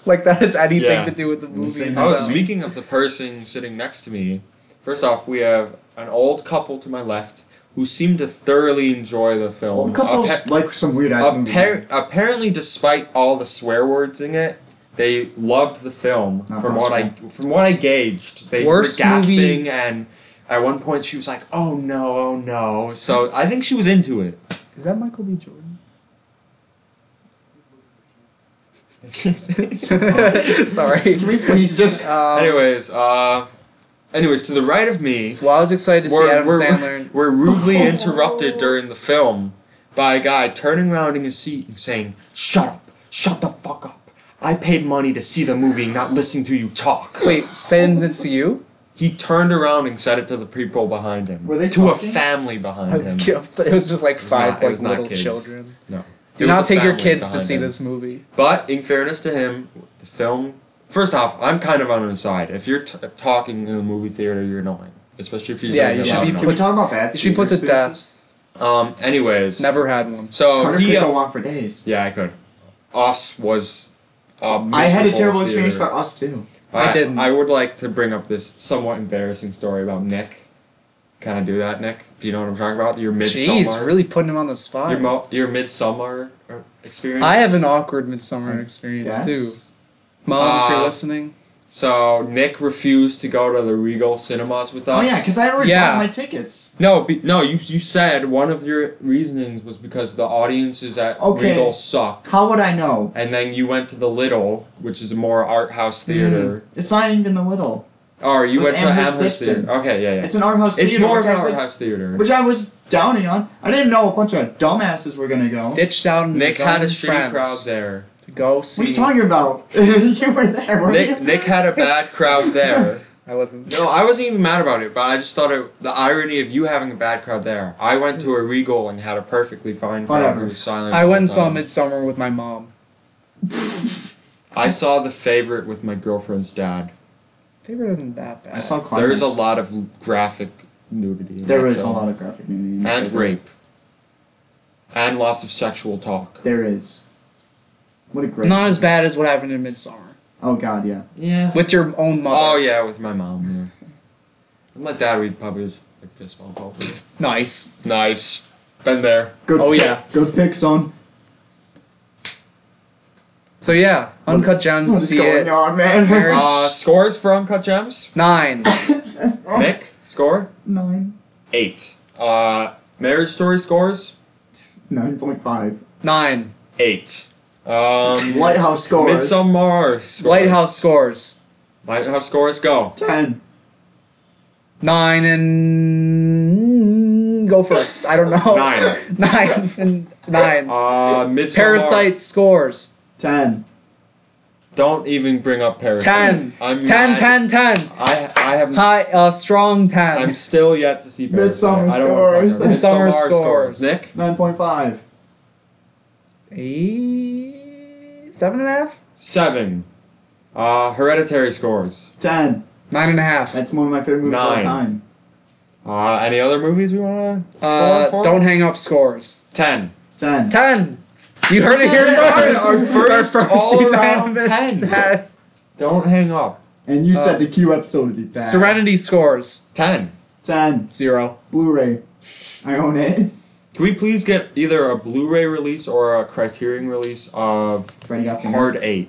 C: like that has anything
A: Yeah.
C: to do with the movie.
B: same
A: oh,
B: house.
C: itself.
A: speaking of the person sitting next to me, first off, we have an old couple to my left who seem to thoroughly enjoy the film.
B: Old couples
A: Appa-
B: like some weird ass movie.
A: Appar- apparently, despite all the swear words in it, they loved the film.
B: Not
A: from what I from what I gauged, they
C: Worst
A: were gasping,
C: movie-
A: and at one point she was like, "Oh no, oh no!" So I think she was into it.
C: Is that Michael B. Jordan? Sorry.
B: Can we please just?
C: Um,
A: anyways, uh, anyways, to the right of me,
C: Well, I was excited to see Adam Sandler. and-
A: we're rudely interrupted during the film by a guy turning around in his seat and saying, Shut up! Shut the fuck up! I paid money to see the movie, not listen to you talk.
C: Wait, send it to you?
A: He turned around and said it to the people behind him.
B: Were they
A: to
B: talking?
A: a family behind him.
C: It was just like
A: was
C: five
A: not- it
C: like
A: was not
C: little
A: kids.
C: children.
A: No.
C: Do
A: It was
C: not
A: a
C: take your
A: family
C: kids to
A: behind
C: see
A: him.
C: this movie.
A: But in fairness to him, the film. First off, I'm kind of on his side. If you're t- talking in the movie theater, you're annoying, especially if you're
C: Yeah,
A: doing
C: you
A: it
C: should
A: loud
C: be
B: Can
A: enough.
B: we talk about bad?
C: You should be put to
B: theater experiences?
C: death.
A: Um. Anyways,
C: Never had one.
A: so
B: Carter
A: he
B: could
A: uh,
B: go on for days.
A: Yeah, I could. Us was. A
B: I had a
A: miserable
B: terrible experience
A: theater.
B: for us too.
C: I didn't.
A: I would like to bring up this somewhat embarrassing story about Nick. Can I do that, Nick? Do you know what I'm talking about? Your midsummer.
C: Jeez, really putting him on the spot.
A: Your mo- your midsummer uh, experience.
C: I have an awkward midsummer experience
B: Yes.
C: too. Mom, if you're
A: Uh,
C: listening,
A: So Nick refused to go to the Regal Cinemas with
B: Oh
A: us.
B: yeah, because I already
C: Yeah.
B: bought my tickets.
A: No, be- no. You you said one of your reasonings was because the audiences at
B: Okay.
A: Regal suck,
B: How would I know?
A: and then you went to the Little, which is a more art house theater.
B: It's not even the little.
A: Or Oh, you
B: It was
A: went to
B: Amherst
A: Amherst,
B: Dixon.
A: Theater. Okay, yeah, yeah.
B: It's an art house
A: It's
B: theater.
A: more
B: which
A: of an
B: I
A: art
B: was,
A: house theater.
B: Which I was downing on. I didn't know a bunch of dumbasses were gonna go.
C: ditched out and
A: Nick
C: his
A: had a
C: own
A: shitty
C: friends
A: crowd there.
C: to go see.
B: what are you talking about? you were there, weren't you?
A: Nick, Nick had a bad crowd there.
C: I wasn't.
A: No, I wasn't even mad about it, but I just thought it, the irony of you having a bad crowd there. I went to a Regal and had a perfectly fine crowd.
B: Whatever.
A: It was silent.
C: I
A: all
C: went and
A: the
C: saw
A: time.
C: Midsummer with my mom.
A: I saw The Favorite with my girlfriend's dad.
C: Favorite isn't that bad.
B: I saw climbers.
A: There is a lot of l- graphic nudity. In
B: There
A: that
B: is a
A: film.
B: lot of graphic nudity. in
A: And
B: that.
A: rape. And lots of sexual talk.
B: There is. What a great.
C: Not as bad as what happened in Midsummer
B: Oh god, yeah.
A: Yeah.
C: with your own mother.
A: Oh yeah, with my mom. Yeah. With my dad, we'd probably just like fist bump over.
C: Nice.
A: Nice. Been there.
B: Good.
C: Oh,
B: pick-
C: yeah.
B: Good pick, son.
C: So yeah, Uncut Gems.
B: What's
C: see
B: going
C: it.
B: on, man?
C: Marriage-
A: Uh, scores for Uncut Gems.
C: Nine.
B: Oh.
A: Nick score
B: Nine.
A: eight. Uh, Marriage Story scores
B: Nine point five.
C: Nine.
A: eight. Um,
B: Lighthouse scores.
A: Midsommar scores.
C: Lighthouse scores.
A: Lighthouse scores go.
B: Ten.
C: Nine and go first. I don't know.
A: Nine.
C: nine and nine.
A: Uh, Midsommar.
C: Parasite scores.
B: Ten.
A: Don't even bring up Parasite.
C: Ten.
A: I'm
C: Ten,
A: mad.
C: ten, ten.
A: I I have.
C: High, uh, strong ten.
A: I'm still yet to see Parasite.
B: Midsommar
A: I don't wanna talk about it.
C: scores. Midsommar
A: Midsommar
C: scores.
A: scores. Nick.
B: Nine point five.
C: Eight, seven and a half?
A: Seven. Uh, hereditary scores.
B: Ten.
C: Nine and a half.
B: That's one of my favorite movies of all
A: Nine.
B: time.
A: Uh, any other movies we want to
C: Uh,
A: for?
C: don't hang up scores.
A: ten.
B: Ten.
C: Ten. You heard it here
A: Our
C: first.
A: first all around
C: unanimous
A: 10.
C: ten.
A: Don't hang up.
B: And you
C: Uh,
B: said the Q episode would be bad.
C: Serenity scores
A: Ten.
B: Ten.
C: zero.
B: Blu-ray. I own it.
A: Can we please get either a Blu-ray release or a Criterion release of
B: Freddy got
C: Mm-hmm.
B: fingered.
A: Hard Eight?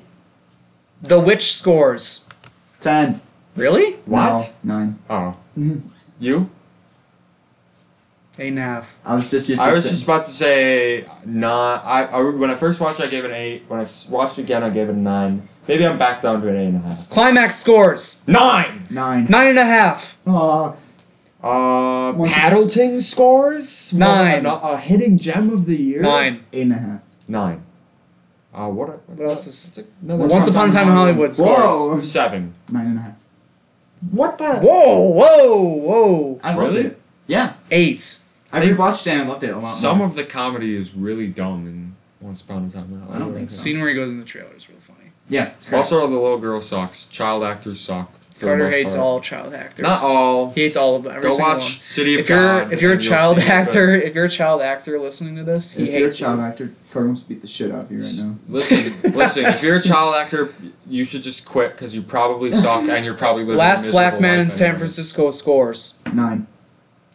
C: The Witch scores.
B: Ten.
C: Really?
A: What?
B: No, nine.
A: Oh,
C: Mm-hmm.
A: you?
C: Eight and a half.
B: I was just used to
A: I was
B: sit-
A: just about to say not. I, I when I first watched, I gave it an eight. When I s- watched again, I gave it a nine. Maybe I'm back down to an eight and a half.
C: Climax scores.
A: Nine.
B: nine. Ah,
C: Nine and a half.
B: Aw.
A: Uh,
B: Once-
A: Paddleton scores
C: Nine.
A: Well, A, a hitting gem of the year.
C: Nine.
B: Eight and a half.
A: Nine. Uh, what? A,
C: What else is-
A: that's another
C: Once Upon a Time in Hollywood
B: Whoa.
A: one. seven?
B: Nine and a half.
A: What the?
C: Whoa, whoa, whoa.
B: I loved
A: Really?
B: it. Yeah.
C: Eight.
B: I
A: They-
B: rewatched it and I loved it a lot
A: Some
B: more.
A: of the comedy is really dumb in Once Upon a Time in Hollywood.
B: don't think
C: The scene where he goes in the trailer is real funny.
B: Yeah. it's great.
A: Also, the little girl sucks. Child actors suck. for the
C: Carter
A: most
C: hates
A: part.
C: all child actors.
A: Not all.
C: He hates all of them. Every
A: Go
C: single
A: watch
C: one.
A: City of
C: if you're
A: God.
C: if you're a
A: and you'll
C: child
A: see it, but
C: actor, if you're a child actor listening to this, he
B: if you're a
C: hates
B: child
C: you.
B: actor, Cardinals beat the shit out of you right now.
A: Listen, listen. If you're a child actor, you should just quit because you probably suck and you're probably living. a
C: Last
A: miserable
C: black man
A: life
C: in San
A: anyways.
C: Francisco scores
B: Nine.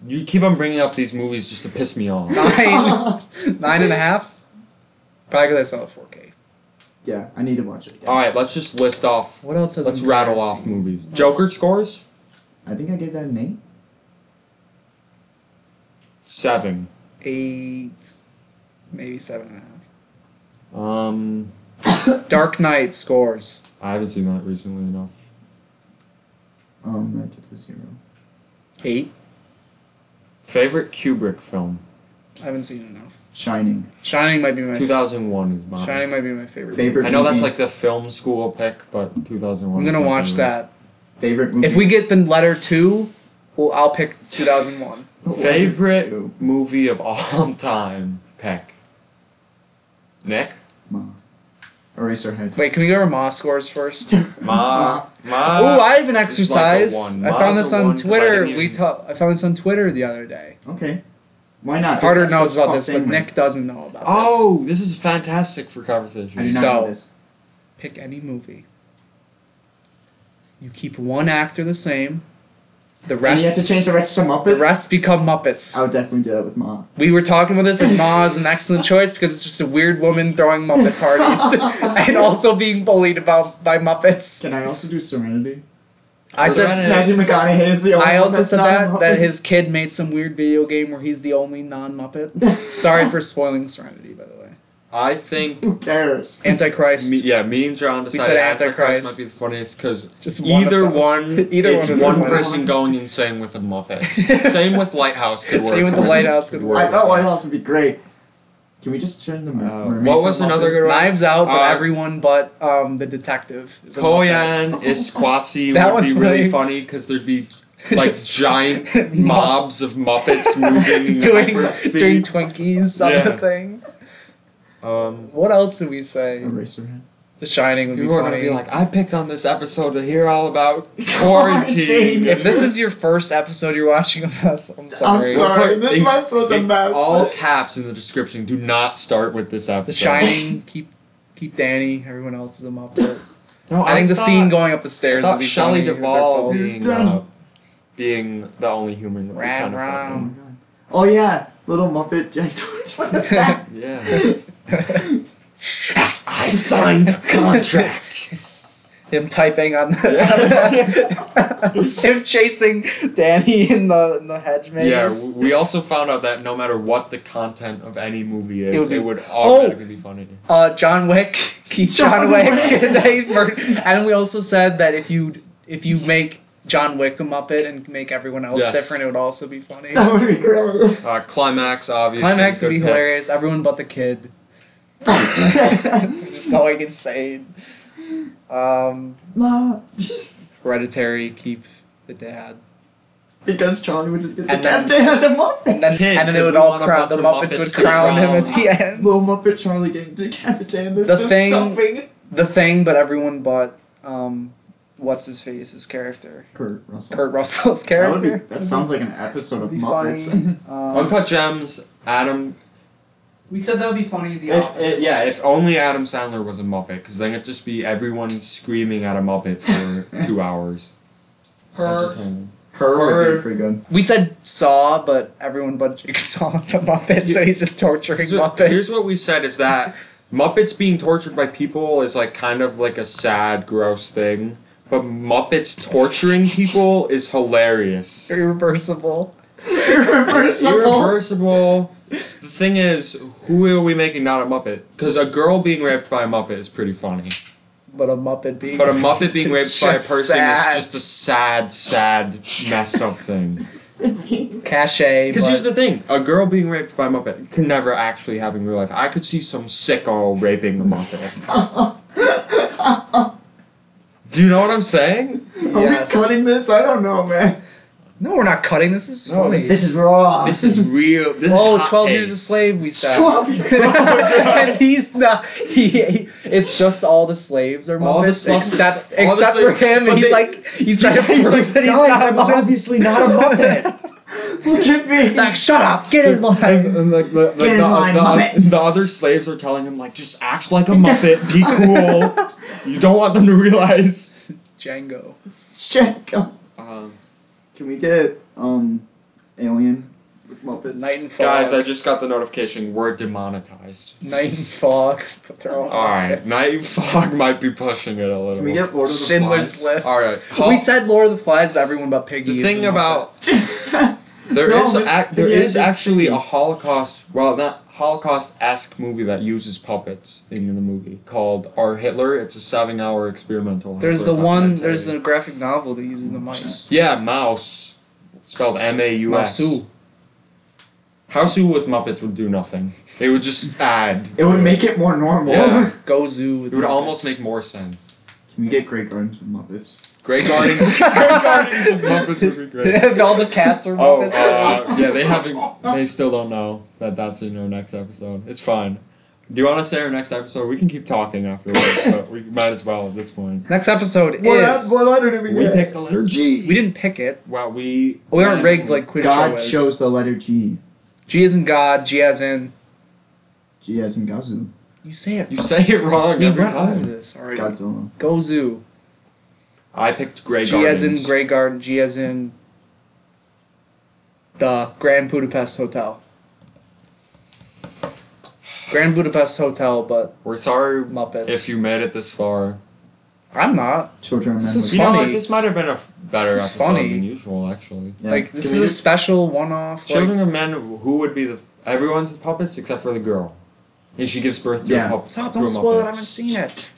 A: You keep on bringing up these movies just to piss me off.
C: nine, nine and a half. Probably because I saw it 4K.
B: Yeah, I need to watch it. Again.
A: All
C: Uh,
A: right, let's just list off.
C: What else has
A: Let's rattle off
C: embarrassing?
A: movies. Joker scores
B: I think I gave that an eight.
A: seven.
C: Eight, maybe seven and a
A: Um,
C: half. Dark Knight scores.
A: I haven't seen that recently enough.
B: Um, that gets a zero.
C: Eight.
A: Favorite Kubrick film?
C: I haven't seen enough.
B: Shining.
C: Shining might be my
A: Two thousand one is mine.
C: Shining might be my favorite.
B: Favorite.
A: I know that's
B: movie.
A: like the film school pick, but two thousand one.
C: I'm gonna watch that.
B: favorite movie.
C: If we get the letter two, well, I'll pick 2001.
A: Favorite
B: Two.
A: movie of all time, Peck. Nick?
B: Ma. Eraserhead.
C: Wait, can we go over Ma scores first?
A: Ma. Ma.
C: oh, I have an
A: it's Uh, like a
C: exercise.
A: one.
C: I
A: Ma's
C: found this
A: a
C: on
A: one 'cause I
C: Twitter.
A: didn't
C: We
A: even-
C: ta- I found this on Twitter the other day.
B: Okay. Why not?
C: Carter
B: This
C: knows
B: episode's
C: about this,
B: fucked
C: but
B: anyways.
C: Nick doesn't know about this.
A: Oh, this is fantastic for
B: I do
A: conversation.
B: not
C: So-
B: know this.
C: Pick any movie. You keep one actor the same. The
B: And you have to
C: rest,
B: change the rest to Muppets. Uh,
C: the rest become Muppets.
B: I would definitely do that with Ma.
C: We were talking about this, and Ma is an excellent choice because it's just a weird woman throwing Muppet parties and also being bullied about by Muppets.
B: Can I also do Serenity?
C: I said.
B: Matthew McConaughey is the only
C: I
B: one
C: also
B: that's
C: said
B: not a
C: that that
B: Muppet.
C: his kid made some weird video game where he's the only non-Muppet. Sorry for spoiling Serenity, by the way.
A: I think.
B: Who cares?
C: Antichrist.
A: Me, yeah, me and John
C: said
A: decided Antichrist.
C: Antichrist.
A: might be the funniest because
C: Just one of
A: either
C: them.
A: one,
C: Either
A: it's
C: one
A: one,
C: of them.
A: person going insane with a Muppet. Same with Lighthouse could work.
C: Same with the Lighthouse could work.
B: I thought White House would be great. Can we just turn the mer-
A: Uh,
B: mermaids
A: what
B: to
A: was
B: Muppet?
A: another good one?
C: Knives Out, but
A: Uh,
C: everyone but um, the detective. Is a Muppet.
A: Koyan is Squatsy
C: That
A: would be
C: one's
A: really
C: really-
A: funny because there'd be like giant mobs of Muppets moving in
C: doing
A: hyper speed.
C: doing Twinkies on
A: Yeah.
C: the thing.
A: um,
C: What else did we say?
B: Eraserhead.
C: The Shining would
A: people
C: be
A: are gonna
C: funny.
A: be like, I picked on this episode to hear all about quarantine.
B: Quarantine.
C: if this is your first episode you're watching of us, I'm sorry.
B: I'm sorry.
A: Put-
B: This
A: in-
B: episode's a
A: in
B: mess.
A: All caps in the description. Do not start with this episode.
C: The Shining, keep keep Danny. Everyone else is a Muppet.
A: No,
C: I, think the
A: thought-
C: scene going up the
A: I
C: stairs would
A: thought
C: be
A: Shelley
C: funny. They're
A: Duvall
C: both-
A: being
B: Done.
A: uh, being the only human would be
C: Rat
A: kind of
B: Oh
C: round.
A: funny.
B: my god. Oh yeah, little Muppet Jack Torrance with the back.
A: Yeah. I signed a contract.
C: him typing on the,
A: Yeah.
C: him chasing Danny in the in the hedge maze.
A: yeah, w- we also found out that no matter what the content of any movie is, it
C: would
A: would,
C: be-
A: automatically be funny.
C: uh, John Wick, keep John,
B: John
C: Wick.
B: Wick.
C: and, then he's mur- and we also said that if you if you make John Wick a Muppet and make everyone else
A: Yes.
C: different, it would also be funny.
B: That would be great.
A: Uh, climax, obviously.
C: Climax would be
A: good pick.
C: hilarious. Everyone but the kid just going insane. Um,
B: Ma.
C: Hereditary, keep the dad,
B: because Charlie would just get the
C: And then-
B: death day as a Muppet.
C: and then
A: Kid,
C: and then
A: 'cause
C: it would
A: we
C: all
A: want a
C: crown.
A: bunch
C: The
A: of
C: Muppets,
A: Muppets
C: would
A: to
C: crown him at
A: crown.
C: the end.
B: Little Muppet Charlie getting decapitated. There's
C: The
B: just
C: thing-
B: stuffing.
C: The Thing, but everyone but um, what's his face, his character,
B: Kurt Russell.
C: Kurt Russell's
B: That, would be,
C: character.
B: that sounds like an episode of
C: That'd be
B: Muppets.
C: funny. Um,
A: Uncut Gems, Adam.
C: we said that would be funny. The
A: if-
C: opposite.
A: it- yeah, if only Adam Sandler was a Muppet, because then it'd just be everyone screaming at a Muppet for two hours.
C: Her.
A: Entertainment.
B: Her would
A: Her-
B: be pretty good.
C: We said Saw, but everyone but Jigsaw is a Muppet, so he's just torturing
A: Here's what,
C: Muppets.
A: here's what we said is that Muppets being tortured by people is like kind of like a sad, gross thing, but Muppets torturing people is hilarious.
C: Irreversible.
B: Irreversible.
A: Irreversible. The thing is, who are we making not a Muppet? Because a girl being raped by a Muppet is pretty funny.
C: But a Muppet being.
A: But a Muppet being raped
C: It's
A: by a
C: just
A: person
C: sad.
A: is just a sad, sad, messed up thing.
C: Cachet.
A: Because
C: but-
A: here's the thing a girl being raped by a Muppet can never actually happen in real life. I could see some sicko raping a Muppet. Do you know what I'm saying?
B: Are
C: Yes.
B: we cutting this? I don't know, man.
C: No, we're not cutting. This is
A: No,
C: funny.
A: this
B: is raw.
A: This is real. This
C: oh,
A: is hot
C: 12
A: takes.
C: years a slave, we said.
B: Twelve-
C: and he's not. He, he- It's just all the slaves are
A: All the
C: Muppets,
A: slaves-
C: except
A: all the
C: except for
A: slaves-
C: him.
A: but
C: And he's
A: they-
C: like, he's trying to prove that he's not a Muppet.
A: not
C: a Muppet.
B: Look at me.
C: like, shut up, get in
A: And,
C: line.
A: and like, the, like
B: Get in
A: the,
B: line,
A: the,
B: Muppet.
A: the other slaves are telling him like just act like a muppet, be cool. you don't want them to realize.
C: Django.
B: Check.
A: Um,
B: Can we get um, Alien with Muppets?
C: Night and fog.
A: guys, I just got the notification we're demonetized.
C: Night and fog. But they're all
A: All right,
C: Muppets.
A: night and fog might be pushing it a little.
B: Can we get Lord of the
C: Schindler's
B: Flies?
C: List.
A: All right.
C: We said Lord of the Flies, but everyone but Piggy.
A: the
C: is a
A: thing
C: Muppet.
A: about there
B: No,
A: is
B: this-
A: ac- there
B: yeah,
A: is
B: it's-
A: actually a Holocaust well not Holocaust esque movie that uses puppets in the movie called Our Hitler. It's a seven hour experimental.
C: There's the
A: Hitler
C: one.
A: documentary.
C: There's the graphic novel that uses the mice.
A: Yeah, mouse. Spelled M A U S.
C: Mouseu.
A: Houseu with Muppets would do nothing. It would just add.
B: It would make it more normal.
A: Yeah.
C: Gozu.
A: It would almost make more sense.
B: Can we get Grey Gardens with Muppets?
A: Great Guardians. Great Guardians with Muppets would be great.
C: All the cats are
A: Oh,
C: Muppets.
A: uh, yeah, they haven't. They still don't know that that's in our next episode. It's fine. Do you want to say our next episode? We can keep talking afterwards, but we might as well at this point.
C: Next episode
B: What,
C: is.
B: what letter did we
A: We
B: get?
A: picked the letter G.
C: We didn't pick it.
A: Wow, we.
C: We aren't rigged like Quidditch
B: God
C: was.
B: chose the letter G.
C: G as in God. G as in.
B: G as in Gazoo.
C: You say it.
A: You say it wrong
C: We
A: every
C: went over
A: time.
C: This already.
B: Godzilla.
C: Gozu.
A: I picked Grey
C: G
A: Guardians.
C: as in Grey Garden. G as in. The Grand Budapest Hotel. Grand Budapest Hotel, but
A: We're sorry
C: Muppets.
A: if you made it this far.
C: I'm not.
B: Children of
C: This is
B: Memory.
A: You know,
C: funny.
A: what, this might have been a f- better
C: This is
A: episode
C: funny.
A: than usual, actually.
B: Yeah.
C: Like
B: Can
C: this
B: we
C: is a
B: just-
C: special one-off. Like,
A: Children of Men, who would be the everyone's puppets except for the girl, and she gives birth to
B: Yeah.
A: a puppet.
C: Stop! Don't spoil it. I haven't seen it.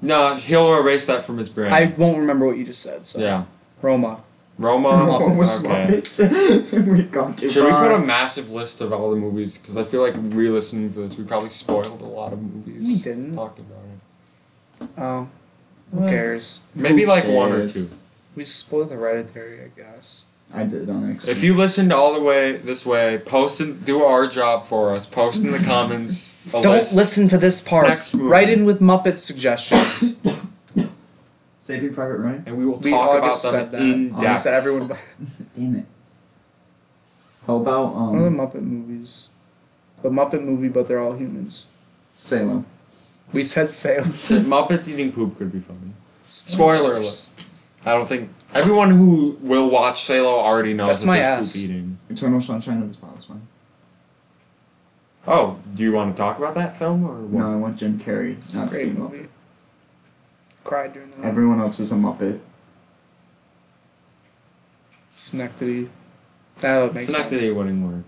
A: No, he'll erase that from his brain.
C: I won't remember what you just said. So
A: yeah,
C: Roma.
A: Roma.
B: Muppets. With
A: okay.
B: Muppets. we got too
A: Should we
B: far.
A: put a massive list of all the movies? Because I feel like re-listening to this, we probably spoiled a lot of movies.
C: We didn't.
A: talking about it.
C: Oh, who
A: Well,
C: cares?
A: Maybe like one or
B: cares?
A: two.
C: We spoiled Hereditary, I guess.
B: I did it on accident.
A: If you listened all the way this way, post and do our job for us. Post in the comments. A
C: Don't
A: list.
C: listen to this part.
A: Next movie.
C: Write in with Muppet suggestions.
B: Saving Private Ryan?
A: and we will talk
C: we
A: about them
C: August said that.
A: in
C: August
A: depth.
C: said everyone. One
B: Damn it. How about
C: of the
B: um
C: Muppet movies. The Muppet movie, but they're all humans.
B: Salem?
C: We said Salem.
A: Said Muppets eating poop could be funny. Spoiler alert. I don't think everyone who will watch Salo already knows
C: That's
A: that
C: my
A: there's
C: ass.
A: poop eating.
B: Eternal Sunshine of the Spotless Mind.
A: Oh, do you want to talk about that film or what?
B: No, I want Jim Carrey.
C: It's a
B: Not to be
C: great
B: Muppet.
C: movie. Cried during that.
B: Everyone else is a Muppet.
C: Schenectady. That would make
A: It's not that
C: sense.
A: it wouldn't work.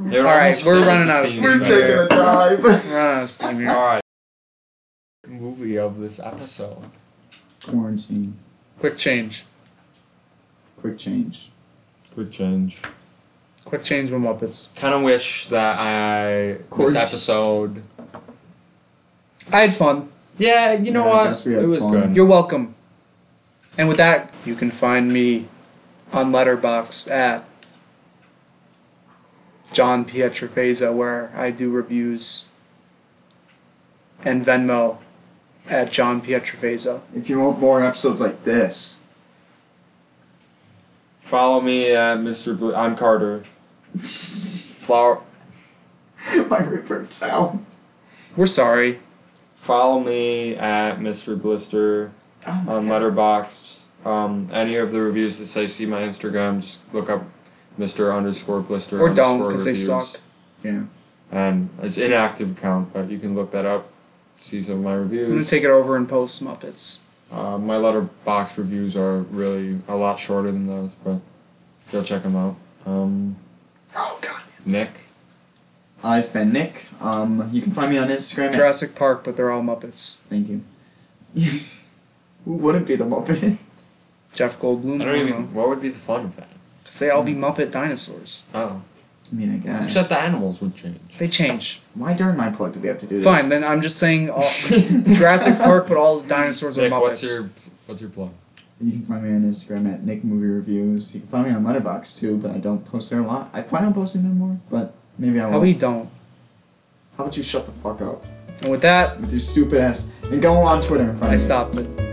C: All right, we're running out of steam
A: All
B: dive.
C: Run out of steam here.
A: right. Movie of this episode.
B: Quarantine.
C: Quick change.
B: Quick change.
A: Good change.
C: Quick change with Muppets.
A: Kind of wish that I this
B: Quarantine.
A: episode.
C: I had fun.
A: Yeah, you know
B: Yeah, I
A: what?
B: guess we had
A: It was
B: fun.
A: good.
C: You're welcome. And with that, you can find me on Letterbox at John Pietrofeza, where I do reviews, and Venmo at John Pietrofezo.
B: If you want more episodes like this,
A: Follow me at Mr. Blue. I'm Carter. Flower.
B: my Rupert Sal.
C: We're sorry.
A: Follow me at Mr. Blister
B: Oh my
A: on
B: God.
A: Letterboxd. Um, any of the reviews that say see my Instagram, just look up Mr. Underscore Blister.
C: Or don't,
A: underscore
C: 'cause they
A: reviews.
C: suck.
B: Yeah.
A: And Um, it's inactive account, but you can look that up. See some of my
C: I'm gonna
A: reviews.
C: take it over and post Muppets.
A: Uh, my letterbox reviews are really a lot shorter than those, but go check them out. Um,
B: Oh God.
A: Nick,
B: I've been Nick. Um, you can find me on Instagram. At,
C: Jurassic Park, but they're all Muppets.
B: thank you. Who wouldn't be the Muppet?
C: Jeff Goldblum.
A: I don't even. Um, What would be the fun of that?
C: Because they all be Muppet dinosaurs.
A: Oh,
B: I mean, I guess.
A: except the animals would change.
C: They change.
B: Why during my plug do we have to do this?
C: Fine, then I'm just saying all, Jurassic Park, but all the dinosaurs are
A: Nick,
C: Muppets.
A: what's your what's your plug?
B: You can find me on Instagram at Nick Movie Reviews. You can find me on Letterboxd too, but I don't post there a lot. I plan on posting there more, but maybe I
C: How
B: won't.
C: we don't.
B: How about you shut the fuck up
C: And with that,
B: with your stupid ass and go on Twitter and find
C: I
B: me.
C: stopped it.